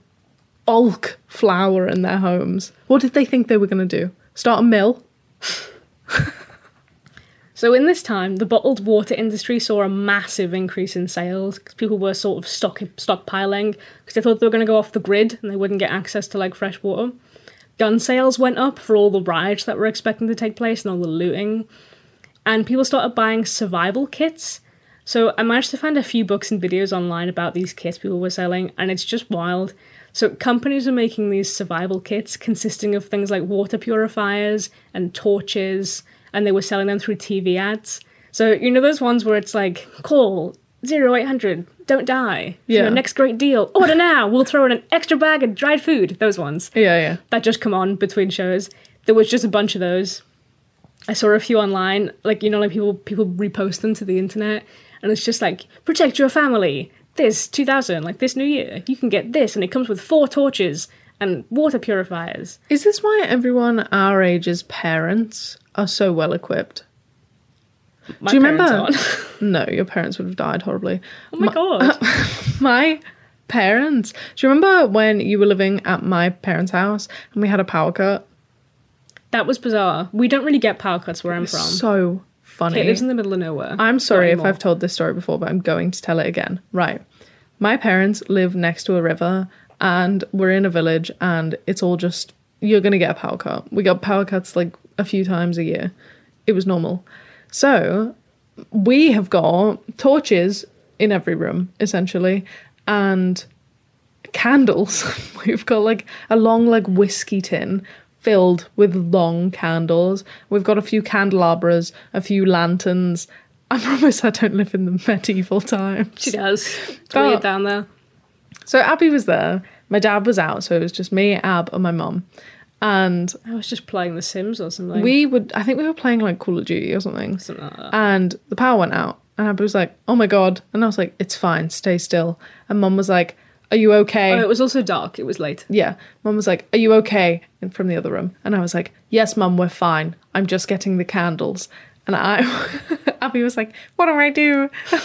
S2: bulk flour in their homes. What did they think they were going to do? Start a mill?
S3: So in this time, the bottled water industry saw a massive increase in sales because people were sort of stock stockpiling because they thought they were going to go off the grid and they wouldn't get access to like fresh water. Gun sales went up for all the riots that were expecting to take place and all the looting. And people started buying survival kits. So I managed to find a few books and videos online about these kits people were selling, and it's just wild. So companies were making these survival kits consisting of things like water purifiers and torches, and they were selling them through TV ads. So you know those ones where it's like call 0800 don't die. You know,
S2: Yeah.
S3: next great deal. Order now. We'll throw in an extra bag of dried food. Those ones
S2: Yeah, yeah.
S3: that just come on between shows. There was just a bunch of those. I saw a few online, like you know, like people people repost them to the internet, and it's just like protect your family. This 2000, like this new year, you can get this, and it comes with four torches and water purifiers.
S2: Is this why everyone our age's parents are so well equipped?
S3: My
S2: Do you
S3: parents
S2: remember?
S3: aren't.
S2: No, your parents would have died horribly.
S3: oh my god!
S2: my parents. Do you remember when you were living at my parents' house and we had a power cut?
S3: that was bizarre. We don't really get power cuts where I'm from.
S2: So funny.
S3: it lives in the middle of nowhere.
S2: I'm sorry if
S3: anymore.
S2: I've told this story before, but I'm going to tell it again. Right. My parents live next to a river and we're in a village and it's all just you're going to get a power cut. We got power cuts like a few times a year. It was normal. So, we have got torches in every room essentially and candles. We've got like a long like whiskey tin filled with long candles. We've got a few candelabras, a few lanterns. I promise I don't live in the medieval
S3: She
S2: times.
S3: does. It's
S2: Oh.
S3: weird down there.
S2: So Abby was there. My dad was out, so it was just me, Ab, and my mum. And
S3: I was just playing The Sims or something.
S2: we would, I think we were playing like Call of Duty or something.
S3: Something like that.
S2: And the power went out. And Abby was like, oh my God. And I was like, it's fine, stay still. And mum was like, are you okay?
S3: Oh, it was also dark. It was late.
S2: Yeah. Mum was like, Are you okay? And from the other room. And I was like, Yes, Mum, we're fine. I'm just getting the candles. And I, Abby was like, What do I do?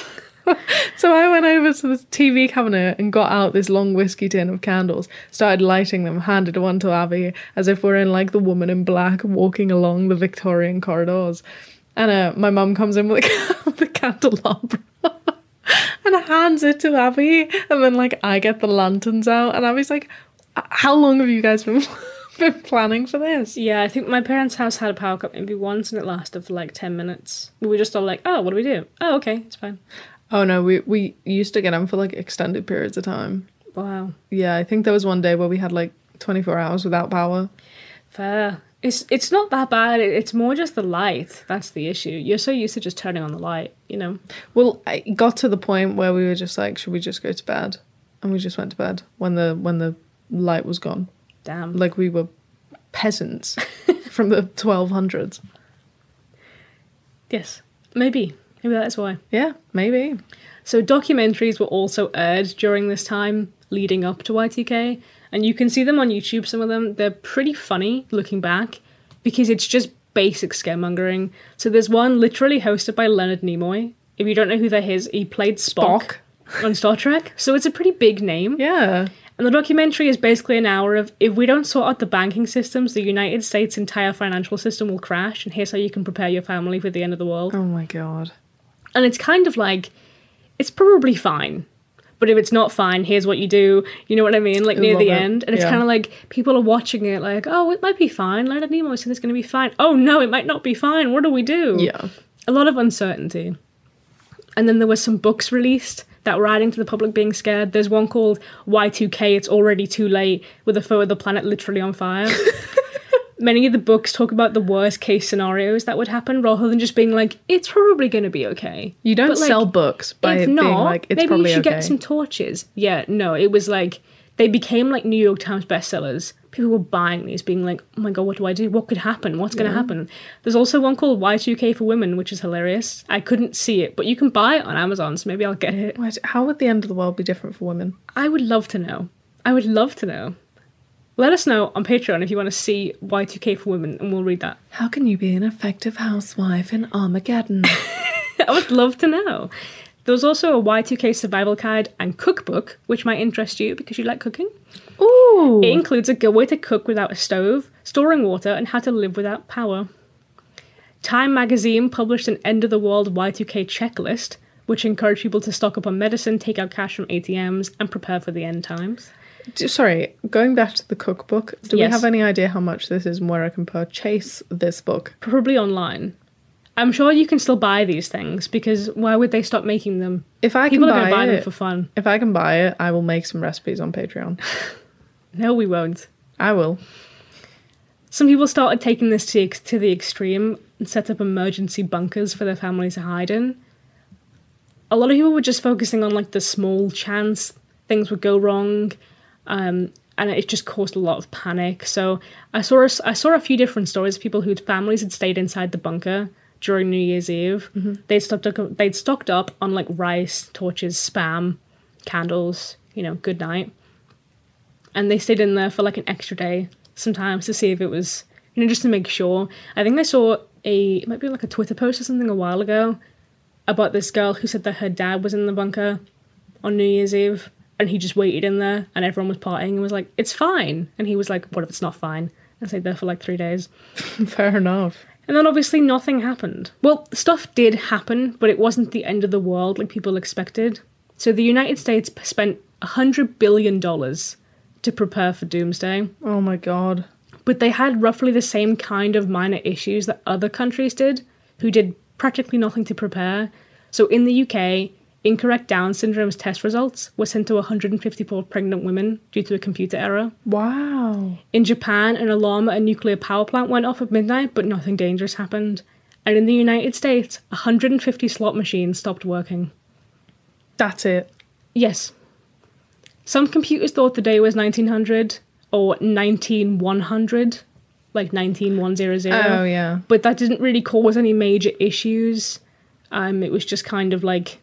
S2: so I went over to the TV cabinet and got out this long whiskey tin of candles, started lighting them, handed one to Abby as if we're in like the woman in black walking along the Victorian corridors. And uh, my mum comes in with the, the candelabra and hands it to Abby. And then, like, I get the lanterns out, and Abby's like, "How long have you guys been been planning for this.
S3: Yeah, I think my parents' house had a power cut maybe once and it lasted for like 10 minutes. We were just all like, oh, what do we do? Oh, okay, it's fine.
S2: Oh no, we we used to get them for like extended periods of time.
S3: Wow.
S2: Yeah, I think there was one day where we had like 24 hours without power.
S3: Fair. It's it's not that bad. It- It's more just the light. That's the issue. You're so used to just turning on the light, you know.
S2: Well, it got to the point where we were just like, should we just go to bed? And we just went to bed when the when the light was gone.
S3: Damn.
S2: Like we were peasants from the 1200s.
S3: yes. Maybe. Maybe that's why.
S2: Yeah, maybe.
S3: So documentaries were also aired during this time leading up to YTK, and you can see them on YouTube some of them. They're pretty funny looking back because it's just basic scaremongering. So there's one literally hosted by Leonard Nimoy. If you don't know who that is, he played Spock, on Star Trek. So it's a pretty big name.
S2: Yeah.
S3: And the documentary is basically an hour of if we don't sort out the banking systems, the United States' entire financial system will crash, and here's how you can prepare your family for the end of the world.
S2: Oh my god.
S3: And it's kind of like, it's probably fine. But if it's not fine, here's what you do. You know what I mean? Like near
S2: love
S3: the
S2: it.
S3: end. And it's
S2: Yeah.
S3: kind of like people are watching it like, oh, it might be fine. Leonard Nimoy said it's going to be fine. Oh, no, it might not be fine. What do we do?
S2: Yeah.
S3: A lot of uncertainty. And then there were some books released that were adding to the public being scared. There's one called Y2K, It's Already Too Late, with a photo of the planet literally on fire. Many of the books talk about the worst case scenarios that would happen rather than just being like, it's probably going to be okay.
S2: You don't
S3: But, like,
S2: sell books by
S3: if
S2: it
S3: not,
S2: being like it's
S3: maybe
S2: probably
S3: you should
S2: okay.
S3: get some torches. Yeah, no, it was like they became like New York Times bestsellers. People were buying these, being like, "Oh my god, what do I do? What could happen? What's going to happen?" There's also one called Y2K for women, which is hilarious. I couldn't see it, but you can buy it on Amazon, so maybe I'll get it.
S2: Wait, how would the end of the world be different for women?
S3: I would love to know. I would love to know. Let us know on Patreon if you want to see Y2K for women, and we'll read that.
S2: How can you be an effective housewife in Armageddon?
S3: I would love to know. There's also a Y2K survival guide and cookbook, which might interest you because you like cooking.
S2: Ooh.
S3: It includes a good way to cook without a stove, storing water, and how to live without power. Time magazine published an end of the world Y2K checklist, which encouraged people to stock up on medicine, take out cash from ATMs, and prepare for the end times.
S2: D- Sorry, going back to the cookbook, do
S3: Yes.
S2: we have any idea how much this is and where I can purchase this book?
S3: Probably online. I'm sure you can still buy these things because why would they stop making them?
S2: If I
S3: People are
S2: can buy,
S3: going to buy them
S2: it,
S3: for fun.
S2: if I can buy it, I will make some recipes on Patreon.
S3: No, we won't.
S2: I will.
S3: Some people started taking this to, ex- to the extreme and set up emergency bunkers for their families to hide in. A lot of people were just focusing on like the small chance things would go wrong, um, and it just caused a lot of panic. So I saw a s- I saw a few different stories of people whose families had stayed inside the bunker during New Year's Eve. They'd stocked up, they'd stocked up on like rice, torches, spam, candles. You know, good night and they stayed in there for like an extra day sometimes to see if it was you know just to make sure i think i saw a it might be like a twitter post or something a while ago about this girl who said that her dad was in the bunker on new year's eve and he just waited in there and everyone was partying and was like it's fine and he was like what if it's not fine and stayed there for like three days
S2: Fair enough.
S3: and then obviously nothing happened. Well, stuff did happen, but it wasn't the end of the world like people expected. So the United States p- spent $100 billion to prepare for doomsday,
S2: Oh my god.
S3: but they had roughly the same kind of minor issues that other countries did, who did practically nothing to prepare. So in the UK, incorrect Down syndrome's test results were sent to 154 pregnant women due to a computer error.
S2: Wow.
S3: In Japan, an alarm at a nuclear power plant went off at midnight, but nothing dangerous happened. And in the United States, 150 slot machines stopped working.
S2: That's it.
S3: Yes. Some computers thought the day was 1900 or 19100, like 19100.
S2: Oh yeah.
S3: But that didn't really cause any major issues. Um, it was just kind of like,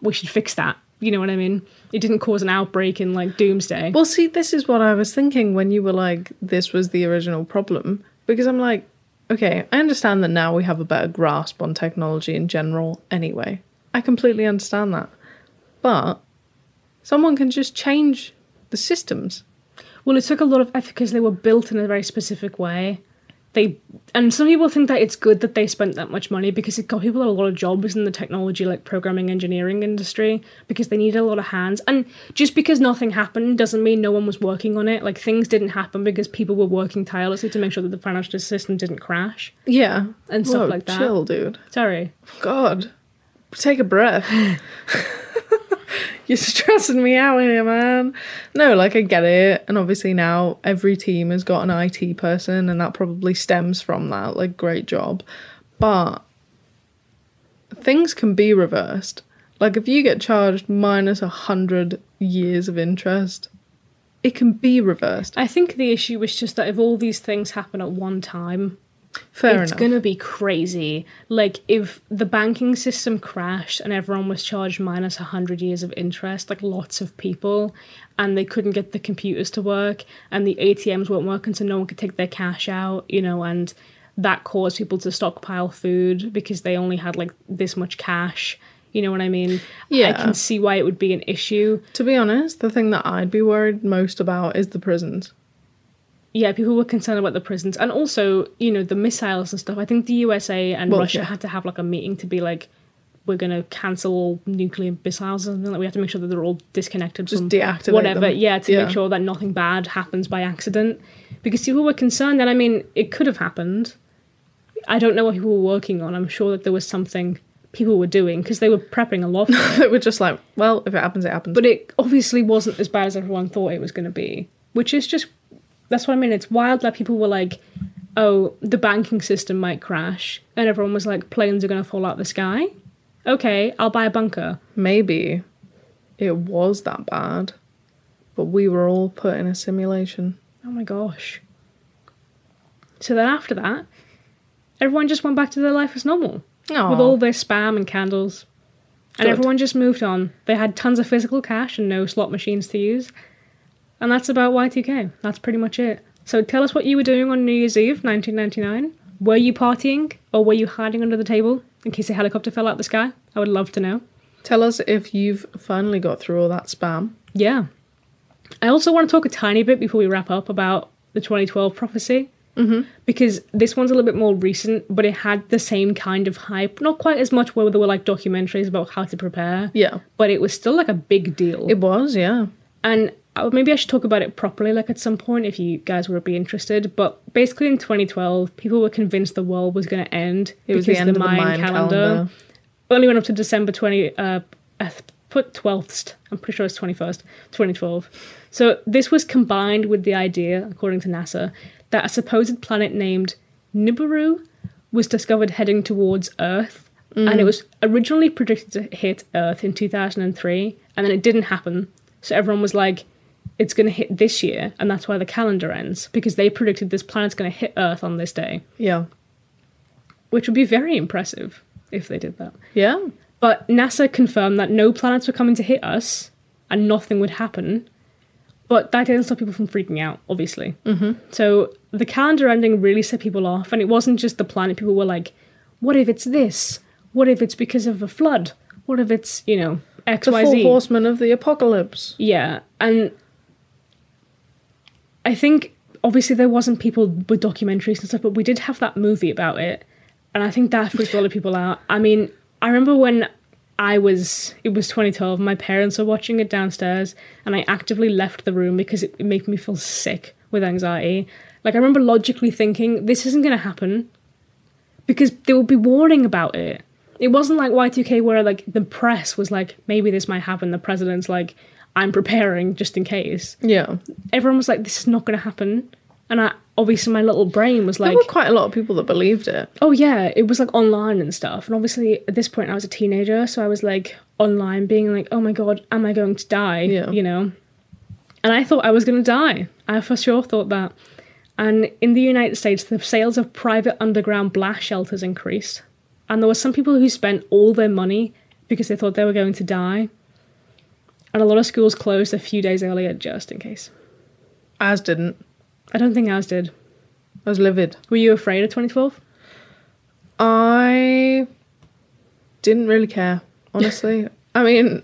S3: we should fix that. You know what I mean? It didn't cause an outbreak in like doomsday.
S2: Well, see, this is what I was thinking when you were like, this was the original problem. Because I'm like, okay, I understand that now we have a better grasp on technology in general anyway. I completely understand that. But someone can just change the systems.
S3: Well, it took a lot of effort because they were built in a very specific way. they and some people think that it's good that they spent that much money because it got people a lot of jobs in the technology like programming engineering industry because they needed a lot of hands and just because nothing happened doesn't mean no one was working on it like things didn't happen because people were working tirelessly to make sure that the financial system didn't crash
S2: Yeah.
S3: and stuff
S2: Whoa,
S3: like that
S2: Chill, dude.
S3: sorry
S2: God. Take a breath. You're stressing me out here, man. No, like I get it. And obviously now every team has got an IT person and that probably stems from that. Like great job. But things can be reversed. Like if you get charged minus a hundred years of interest, it can be reversed.
S3: i think the issue was just that if all these things happen at one time
S2: Fair
S3: it's
S2: enough.
S3: gonna be crazy. Like if the banking system crashed and everyone was charged minus hundred years of interest, like lots of people, and they couldn't get the computers to work, and the ATMs weren't working, so no one could take their cash out, you know, and that caused people to stockpile food because they only had like this much cash. You know what I mean? I
S2: Yeah.
S3: can see why it would be an issue.
S2: to be honest, the thing that I'd be worried most about is the prisons.
S3: yeah, people were concerned about the prisons and also, you know, the missiles and stuff. I think the USA and
S2: Well,
S3: Russia
S2: yeah.
S3: had to have like a meeting to be like, we're going to cancel all nuclear missiles and something. Like, we have to make sure that they're all disconnected
S2: Just
S3: from
S2: deactivate
S3: whatever.
S2: them.
S3: Yeah, to
S2: Yeah.
S3: make sure that nothing bad happens by accident. Because people were concerned that, I mean, it could have happened. I don't know what people were working on. I'm sure that there was something people were doing because they were prepping a lot for it.
S2: that we're just like, well, if it happens, it happens.
S3: but it obviously wasn't as bad as everyone thought it was going to be, which is just that's what I mean. It's wild that people were like, "Oh, the banking system might crash," and everyone was like, "Planes are going to fall out the sky." Okay, I'll buy a bunker.
S2: maybe it was that bad, but we were all put in a simulation.
S3: Oh my gosh. So then after that, everyone just went back to their life as normal with all their spam and candles. And
S2: Good.
S3: everyone just moved on. They had tons of physical cash and no slot machines to use. And that's about Y2K. That's pretty much it. So tell us what you were doing on New Year's Eve 1999. Were you partying or were you hiding under the table in case a helicopter fell out the sky? I would love to know.
S2: Tell us if you've finally got through all that spam.
S3: Yeah. I also want to talk a tiny bit before we wrap up about the 2012 prophecy. Mm-hmm. Because this one's a little bit more recent, but it had the same kind of hype. Not quite as much where there were like documentaries about how to prepare.
S2: Yeah.
S3: But it was still like a big deal.
S2: It was, yeah.
S3: and I- maybe I should talk about it properly, like at some point, if you guys would be interested. But basically, in 2012, people were convinced the world was going to end.
S2: It was the end of the Mayan calendar.
S3: only went up to December 20. Uh, I th- put 12th. I'm pretty sure it's 21st, 2012. So this was combined with the idea, according to NASA, that a supposed planet named Nibiru was discovered heading towards Earth. And it was originally predicted to hit Earth in 2003, and then it didn't happen. So everyone was like, it's going to hit this year, and that's why the calendar ends, because they predicted this planet's going to hit Earth on this day,
S2: Yeah.
S3: which would be very impressive if they did that.
S2: Yeah.
S3: But NASA confirmed that no planets were coming to hit us and nothing would happen. But that didn't stop people from freaking out, obviously. Mm-hmm. So the calendar ending really set people off. And it wasn't just the planet. People were like, what if it's this? What if it's because of a flood? What if it's, you know, X,
S2: The
S3: Y,
S2: four
S3: Z?"
S2: horsemen of the apocalypse.
S3: Yeah, and I think obviously there wasn't people with documentaries and stuff, but we did have that movie about it, and I think that freaked a lot of people out. I mean, I remember when I was it was 2012. My parents were watching it downstairs, and I actively left the room because it, it made me feel sick with anxiety. Like I remember logically thinking, this isn't going to happen because they would be warning about it. It wasn't like Y2K where like the press was like, maybe this might happen. The president's like, I'm preparing just in case.
S2: Yeah.
S3: Everyone was like, this is not going to happen. And I obviously my little brain was
S2: There
S3: like,
S2: were quite a lot of people that believed it.
S3: oh yeah, it was like online and stuff. And obviously at this point I was a teenager, so I was like online being like, oh my god, am I going to die?
S2: Yeah.
S3: You know. And I thought I was going to die. I for sure thought that. And in the United States, the sales of private underground blast shelters increased. And there were some people who spent all their money because they thought they were going to die. And a lot of schools closed a few days earlier just in case.
S2: As didn't.
S3: I don't think ours did.
S2: I was livid.
S3: Were you afraid of 2012?
S2: I didn't really care, honestly. I mean,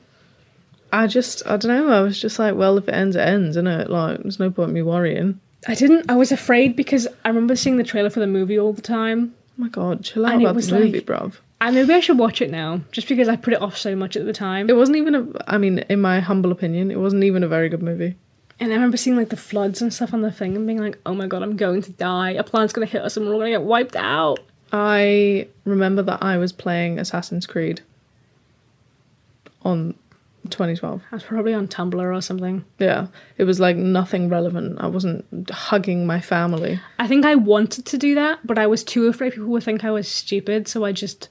S2: I just, I don't know. I was just like, well, if it ends, it ends, innit? Like, there's no point in me worrying.
S3: I didn't. I was afraid because I remember seeing the trailer for the movie all the time.
S2: Oh my god, chill out
S3: And it
S2: about
S3: was
S2: the movie,
S3: like-
S2: bruv.
S3: I maybe I should watch it now, just because I put it off so much at the time.
S2: It wasn't even a. I mean, in my humble opinion, it wasn't even a very good movie.
S3: And I remember seeing like the floods and stuff on the thing and being like, "Oh my god, I'm going to die. A planet's gonna hit us and we're all gonna get wiped out."
S2: I remember that I was playing Assassin's Creed on 2012.
S3: I was probably on Tumblr or something.
S2: Yeah, it was like nothing relevant. I wasn't hugging my family.
S3: I think I wanted to do that, but I was too afraid people would think I was stupid, so I just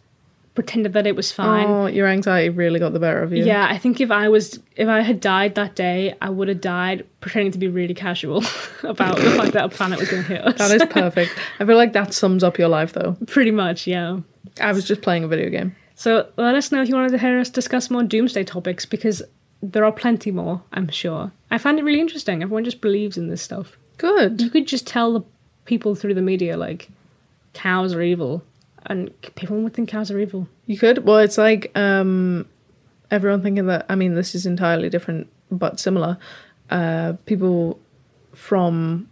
S3: pretended that it was fine.
S2: Oh, your anxiety really got the better of you.
S3: Yeah, I think if I was if I had died that day, I would have died pretending to be really casual about the fact that a planet was going to hit us.
S2: That is perfect. I feel like that sums up your life, though.
S3: pretty much, yeah.
S2: I was just playing a video game.
S3: So let us know if you wanted to hear us discuss more doomsday topics because there are plenty more, I'm sure. I find it really interesting. Everyone just believes in this stuff.
S2: Good.
S3: You could just tell the people through the media like cows are evil, and people would think cows are evil.
S2: You could. Well, it's like um, everyone thinking that. I mean, this is entirely different but similar. Uh, people from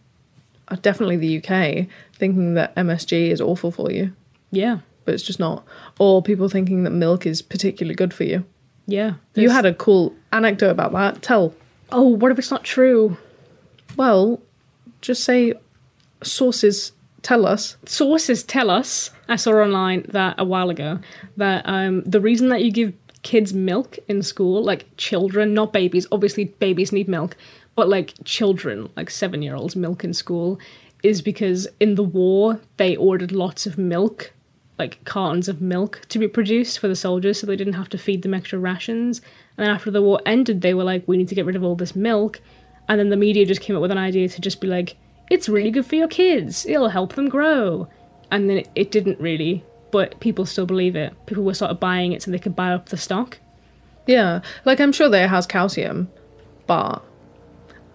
S2: uh, definitely the UK thinking that MSG is awful for you,
S3: Yeah,
S2: but it's just not. Or people thinking that milk is particularly good for you.
S3: yeah.
S2: You had a cool anecdote about that. Tell.
S3: oh, what if it's not true?
S2: Well, just say sources tell us.
S3: sources tell us i saw online that a while ago that um, the reason that you give kids milk in school like children not babies obviously babies need milk but like children like seven year olds milk in school is because in the war they ordered lots of milk like cartons of milk to be produced for the soldiers so they didn't have to feed them extra rations and then after the war ended they were like we need to get rid of all this milk and then the media just came up with an idea to just be like it's really good for your kids it'll help them grow and then it, it didn't really but people still believe it people were sort of buying it so they could buy up the stock
S2: Yeah, like I'm sure that it has calcium, but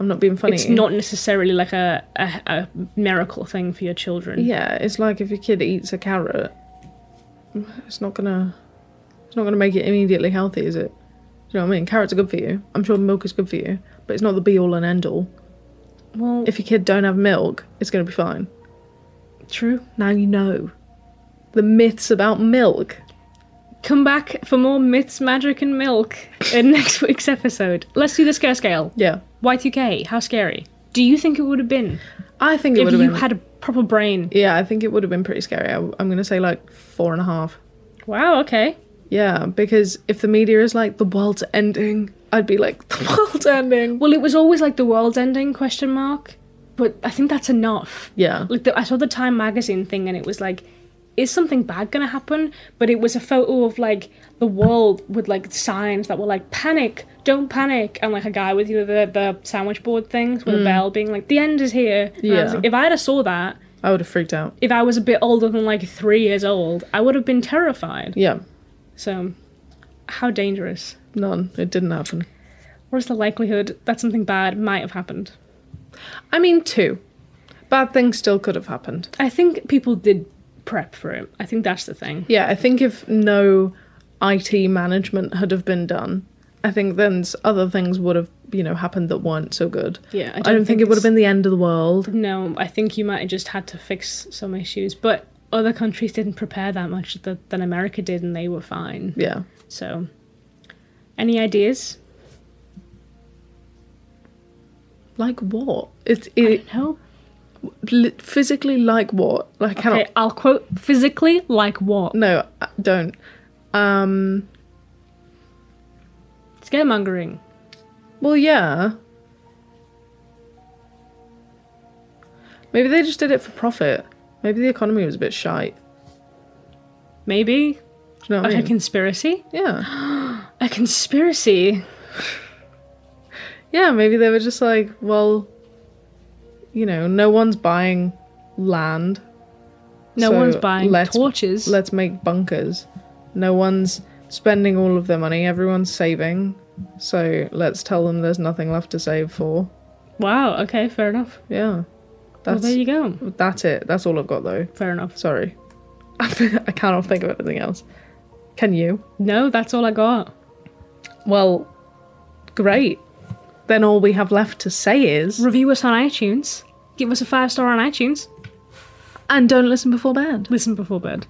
S2: I'm not being funny.
S3: it's not necessarily like a, a, a miracle thing for your children
S2: Yeah, it's like if your kid eats a carrot, it's not gonna, it's not gonna make it immediately healthy, is it? Do you know what I mean? Carrots are good for you. I'm sure milk is good for you, but it's not the be all and end all.
S3: well
S2: If your kid don't have milk, it's gonna be fine.
S3: true
S2: Now you know the myths about milk.
S3: come back for more myths magic and milk in next week's episode let's do the scare scale
S2: Yeah,
S3: Y2K, how scary? Do you think it would have been
S2: I think it
S3: if
S2: would
S3: you
S2: have been.
S3: had a proper brain?
S2: yeah, I think it would have been pretty scary. I, I'm gonna say like four and a half.
S3: Wow, okay.
S2: Yeah, because if the media is like the world's ending, I'd be like the world's ending.
S3: Well, it was always like the world's ending question mark, but I think that's enough.
S2: Yeah,
S3: Like the, I saw the Time magazine thing and it was like is something bad going to happen? But it was a photo of like the world with like signs that were like panic, don't panic and like a guy with you know, the the sandwich board things with a bell being like the end is here. And I was
S2: Mm. Yeah.
S3: like, if I had a saw that,
S2: I would have freaked out.
S3: if I was a bit older than like 3 years old, I would have been terrified.
S2: Yeah,
S3: So, how dangerous?
S2: none. It didn't happen.
S3: What is the likelihood that something bad might have happened?
S2: I mean, two bad things still could have happened.
S3: I think people did prep for it. I think that's the thing.
S2: Yeah, I think if no IT management had have been done, I think then s- other things would have you know happened that weren't so good.
S3: Yeah,
S2: I don't, think, it would have been the end of the world.
S3: No, I think you might have just had to fix some issues, but other countries didn't prepare that much th- than America did, and they were fine.
S2: Yeah,
S3: So, any ideas?
S2: like what? It's it
S3: No.
S2: li- physically like what? Like I cannot.
S3: Okay, I'll quote physically like what?
S2: No, I don't. Um.
S3: Scaremongering.
S2: Well, yeah. Maybe they just did it for profit. Maybe the economy was a bit shite.
S3: Maybe.
S2: Do you know what
S3: Like
S2: I
S3: a
S2: mean?
S3: conspiracy?
S2: Yeah.
S3: A conspiracy.
S2: Yeah, maybe they were just like, well, you know, no one's buying land.
S3: No
S2: so
S3: one's buying
S2: let's-
S3: torches.
S2: Let's make bunkers. No one's spending all of their money. Everyone's saving. So let's tell them there's nothing left to save for.
S3: Wow, okay, fair enough.
S2: Yeah. That's,
S3: well, there you go.
S2: that's it. That's all I've got, though.
S3: Fair enough.
S2: Sorry. I cannot think of anything else. Can you?
S3: No, that's all I got.
S2: Well, great. Then all we have left to say is
S3: Review us on iTunes.
S2: Give us a five star on iTunes.
S3: And don't listen before bed.
S2: Listen before bed.